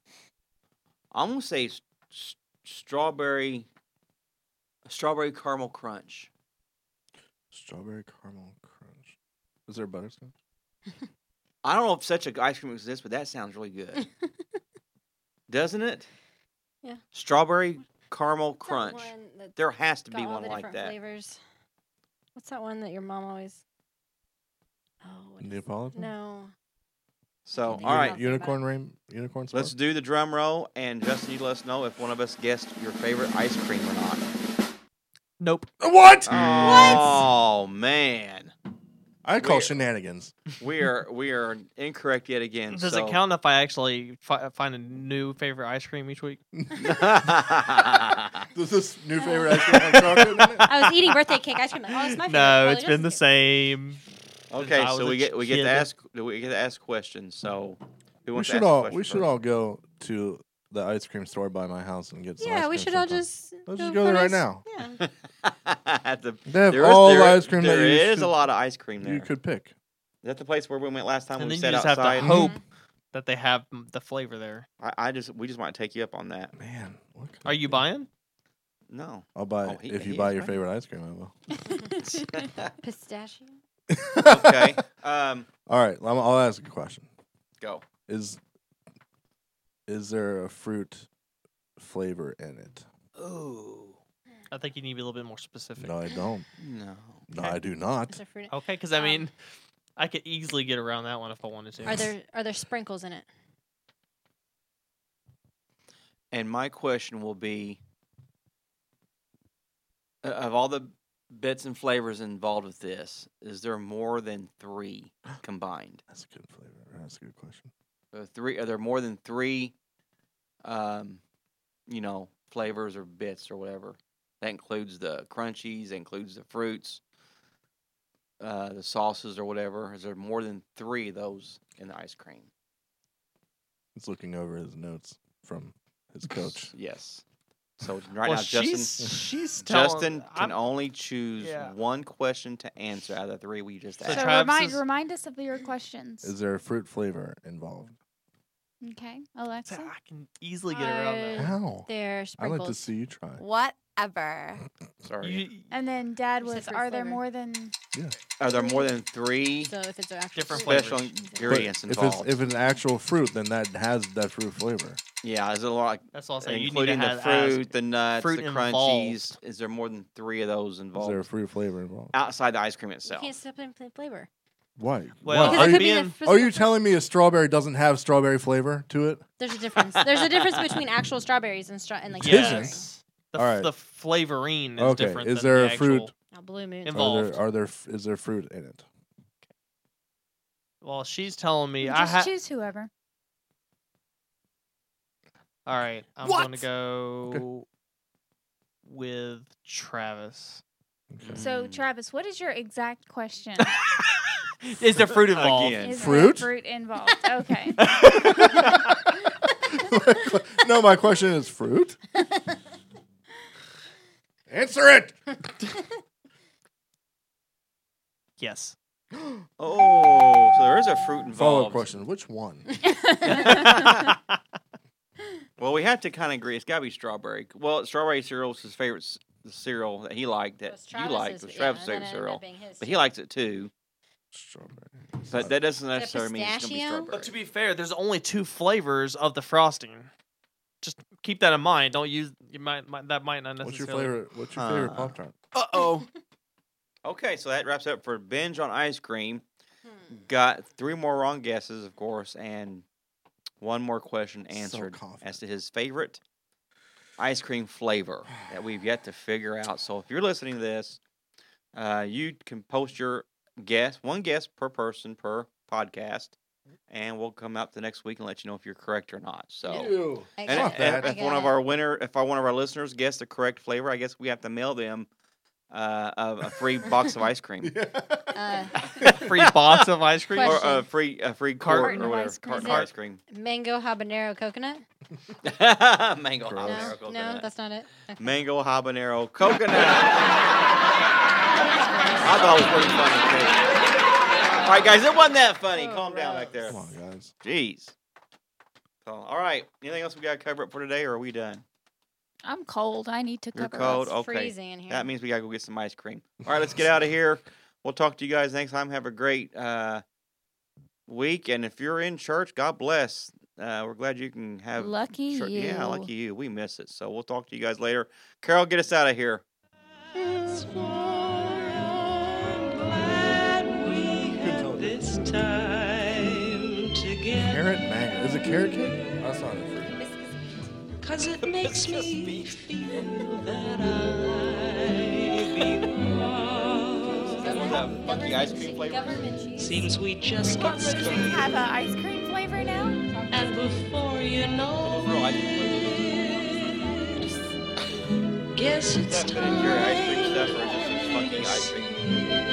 A: I'm gonna say s- s- strawberry, strawberry caramel crunch.
B: strawberry caramel crunch. Is there butterscotch?
A: I don't know if such a ice cream exists, but that sounds really
D: [laughs]
A: good, doesn't it?
D: Yeah.
A: Strawberry caramel
D: What's that
A: crunch.
D: one that's
A: There has to
D: got
A: be
D: all
A: one
D: the
A: like
D: different
A: that.
D: Flavors. What's that one that your mom always? Oh, what is-
B: Neapolitan?
D: no.
A: So,
D: Something
A: all
D: else.
A: right,
D: Think
B: Unicorn
D: about-
B: ring. Unicorn. Spark?
A: let's do the drum roll, and Justin, you let us know if one of us guessed your favorite ice cream or not.
C: Nope.
B: Uh, What?
A: Oh man,
B: I call
A: Weird.
B: shenanigans.
A: we are we are incorrect yet again.
C: Does
A: so.
C: it count [laughs] if I actually fi- find a new favorite ice cream each week?
B: Does this new
D: [laughs]
B: favorite ice cream have chocolate in it?
D: I was eating birthday cake ice cream. Like, oh, it's
C: [laughs]
D: my favorite.
C: No,
D: Well,
C: it's
D: it
C: been the
D: doesn't
C: same.
A: [laughs] okay,
C: I was
A: so
C: a
A: we get we get to
C: kid.
A: ask we get to ask questions. So who
B: We
A: wants to
B: should
A: ask a
B: all.
A: question
B: We should
A: first?
B: all go to the ice cream store by my house and get.
D: get-
B: Some ice
D: Yeah, we
B: cream
D: should all
B: sometime.
D: just.
B: Let's just go there right
D: find us-
B: now.
A: [laughs]
D: Yeah.
A: the,
B: They have
A: there is-
B: all
A: there-
B: the ice cream
A: there
B: that you
A: is
B: should-
A: a lot of ice cream there.
B: You could pick.
A: Is that the place where we went last time?
C: And
A: we
C: then you
A: sat
C: just
A: outside.
C: have to hope
D: Mm-hmm.
C: that they have m- the flavor there.
A: I, I just we just might take you up on that.
B: Man, what could
C: Are
B: I
C: you
B: do?
C: buying? [laughs]
A: No.
B: I'll buy
A: Oh,
B: it.
A: he-
B: if you
A: he
B: buy
A: is
B: your
A: right.
B: favorite ice cream. I will.
D: Pistachio.
A: okay. Um.
B: [laughs] All right. I'm- I'll ask a question.
A: Go.
B: Is is there a fruit flavor in it?
A: Ooh.
C: I think you need to be a little bit more specific.
B: No, I don't.
A: No.
B: No, I do not.
D: Is there fruit? in it?
C: Okay, because I
D: Um,
C: mean, [laughs] I could easily get around that one if I wanted to.
B: [laughs]
D: Are there are there sprinkles in it?
A: And my question will be uh, of all the bits and flavors involved with this, is there more than three combined?
B: That's a good flavor. That's a good question.
A: Are three are there more than three um you know, flavors or bits or whatever? That includes the crunchies, that includes the fruits, uh, the sauces or whatever. Is there more than three of those in the ice cream?
B: He's looking over his notes from his coach.
A: Yes. So right
C: Well,
A: now, Justin
C: she's she's telling,
A: Justin can
C: I'm-
A: only choose
C: Yeah.
A: one question to answer out of the three we just
C: So
E: So
A: asked.
C: Travis
E: remind
C: is-
E: remind us of your questions.
B: Is there a fruit flavor involved?
E: okay, Alexa.
C: I can easily get around that.
D: Uh,
C: one.
B: How?
D: There
B: I'd
D: sprinkles.
B: like to see you try.
J: Whatever.
A: Sorry.
C: You-
E: And then Dad
D: You said
E: was,
D: fruit
E: are there
D: flavor.
E: more than?
A: Are there more than three
D: So if it's an actual
C: Different
D: fruit,
A: special
D: it's-
B: But
A: ingredients
B: if it's
A: involved?
B: if it's an actual fruit, then that has that fruit flavor.
A: yeah, is it a lot,
C: That's all I'm saying.
A: including
C: you need to
A: the
C: have ask-
A: fruit, the nuts,
C: fruit
A: the
C: involved.
A: crunchies? Is there more than three of those
B: Is there a
A: involved
B: fruit flavor involved?
A: outside the ice cream
D: You
A: itself?
D: can't step in plain flavor.
B: Why? Why?
C: Well,
D: Because
B: Are you
D: it could be the
C: being-
D: physical
B: are you
D: flavor.
B: telling me a strawberry doesn't have strawberry flavor to it?
D: There's a difference. There's a difference between actual strawberries and stra- and like
B: Tisn't.
D: strawberry.
C: Yes. The,
B: All right.
C: the flavorine is
B: Okay,
C: different.
B: is
C: than
B: there
C: the
B: a fruit-
C: actual-
D: Now, blue moon. [laughs]
C: Involved.
B: Are there, are there f- is there fruit in it?
C: Well, she's telling me I
E: Just
C: have.
E: choose whoever.
C: All right, I'm
F: What?
C: going to go with Travis.
B: Okay.
E: So
A: Mm.
E: Travis, what is your
A: [laughs]
E: exact question?
C: Is there [laughs] fruit involved?
A: Again.
E: is there
B: Fruit?
E: fruit involved.
A: [laughs]
E: Okay.
B: [laughs] no, my question is fruit. Answer it.
D: [laughs]
C: Yes. [laughs]
A: Oh, so there is a fruit involved.
B: Follow up question: Which one?
A: Well, we had to kind of agree. It's got to be strawberry. Well, strawberry cereal is his favorite c- cereal that he liked, that you liked, the Travis' favorite cereal. But
D: [laughs]
A: he likes it too.
B: Strawberry.
A: But that doesn't necessarily mean it's going to be
D: pistachio?
A: strawberry.
C: But to be fair, there's only two flavors of the frosting. Just keep that in mind. Don't use you might, might that might not necessarily.
B: What's your favorite? What's your favorite
A: Uh,
B: pop tart?
C: Uh oh.
A: Okay, so that wraps up for binge on ice cream.
B: Hmm.
A: Got three more wrong guesses, of course, and one more question
B: So
A: answered
B: confident.
A: as to his favorite ice cream flavor that we've yet to figure out. So if you're listening to this, uh, you can post your guess, one guess per person per podcast, and we'll come out the next week and let you know if you're correct or not. So.
B: [laughs]
A: And
B: Fuck
A: if-
B: that.
D: uh,
A: if, if one of our winner, if our, one of our listeners guessed the correct flavor, I guess we have to mail them uh, of a free box of ice cream
D: [laughs]
A: [laughs]
D: Uh,
C: [laughs] Free box of ice cream.
A: or
D: Question.
A: a free a free
C: Carton
A: quart
E: of
A: or whatever.
E: ice cream.
A: Carton
D: Is
A: of
D: it-
A: ice cream.
D: mango habanero coconut?
A: Mango
B: Gross.
D: No,
A: habanero coconut.
D: no, that's not it. Okay.
A: Mango habanero coconut. I thought it was pretty funny. Too. All right, guys, it wasn't that funny.
D: Oh,
A: Calm down back there.
B: Come on, guys.
A: Jeez. So, all right. Anything else we got to cover up for today, or are we done?
E: I'm cold. I need to
A: You're
E: cover
A: cold.
E: up.
D: It's
A: okay.
D: freezing in here.
A: That means we gotta go get some ice cream. All right, let's get out of here. We'll talk to you guys next time. Have a great uh, week, and if you're in church, God bless. Uh, we're glad you can have
E: Lucky
A: chur-
E: you.
A: Yeah, lucky you. We miss it, so we'll talk to you guys later. Carol, get us out of here.
J: It's time together
B: Carrot man. Is it carrot cake? That's not it. for you.
J: Cause it makes me feel that I belong.
A: that funky ice cream flavor.
D: Government cheese.
J: Seems we just got started,
E: Have an ice cream flavor now.
J: and before you know it, guess it's
A: That manicure ice cream stuff or
J: time
A: just some funky ice cream.
J: to
B: Oh,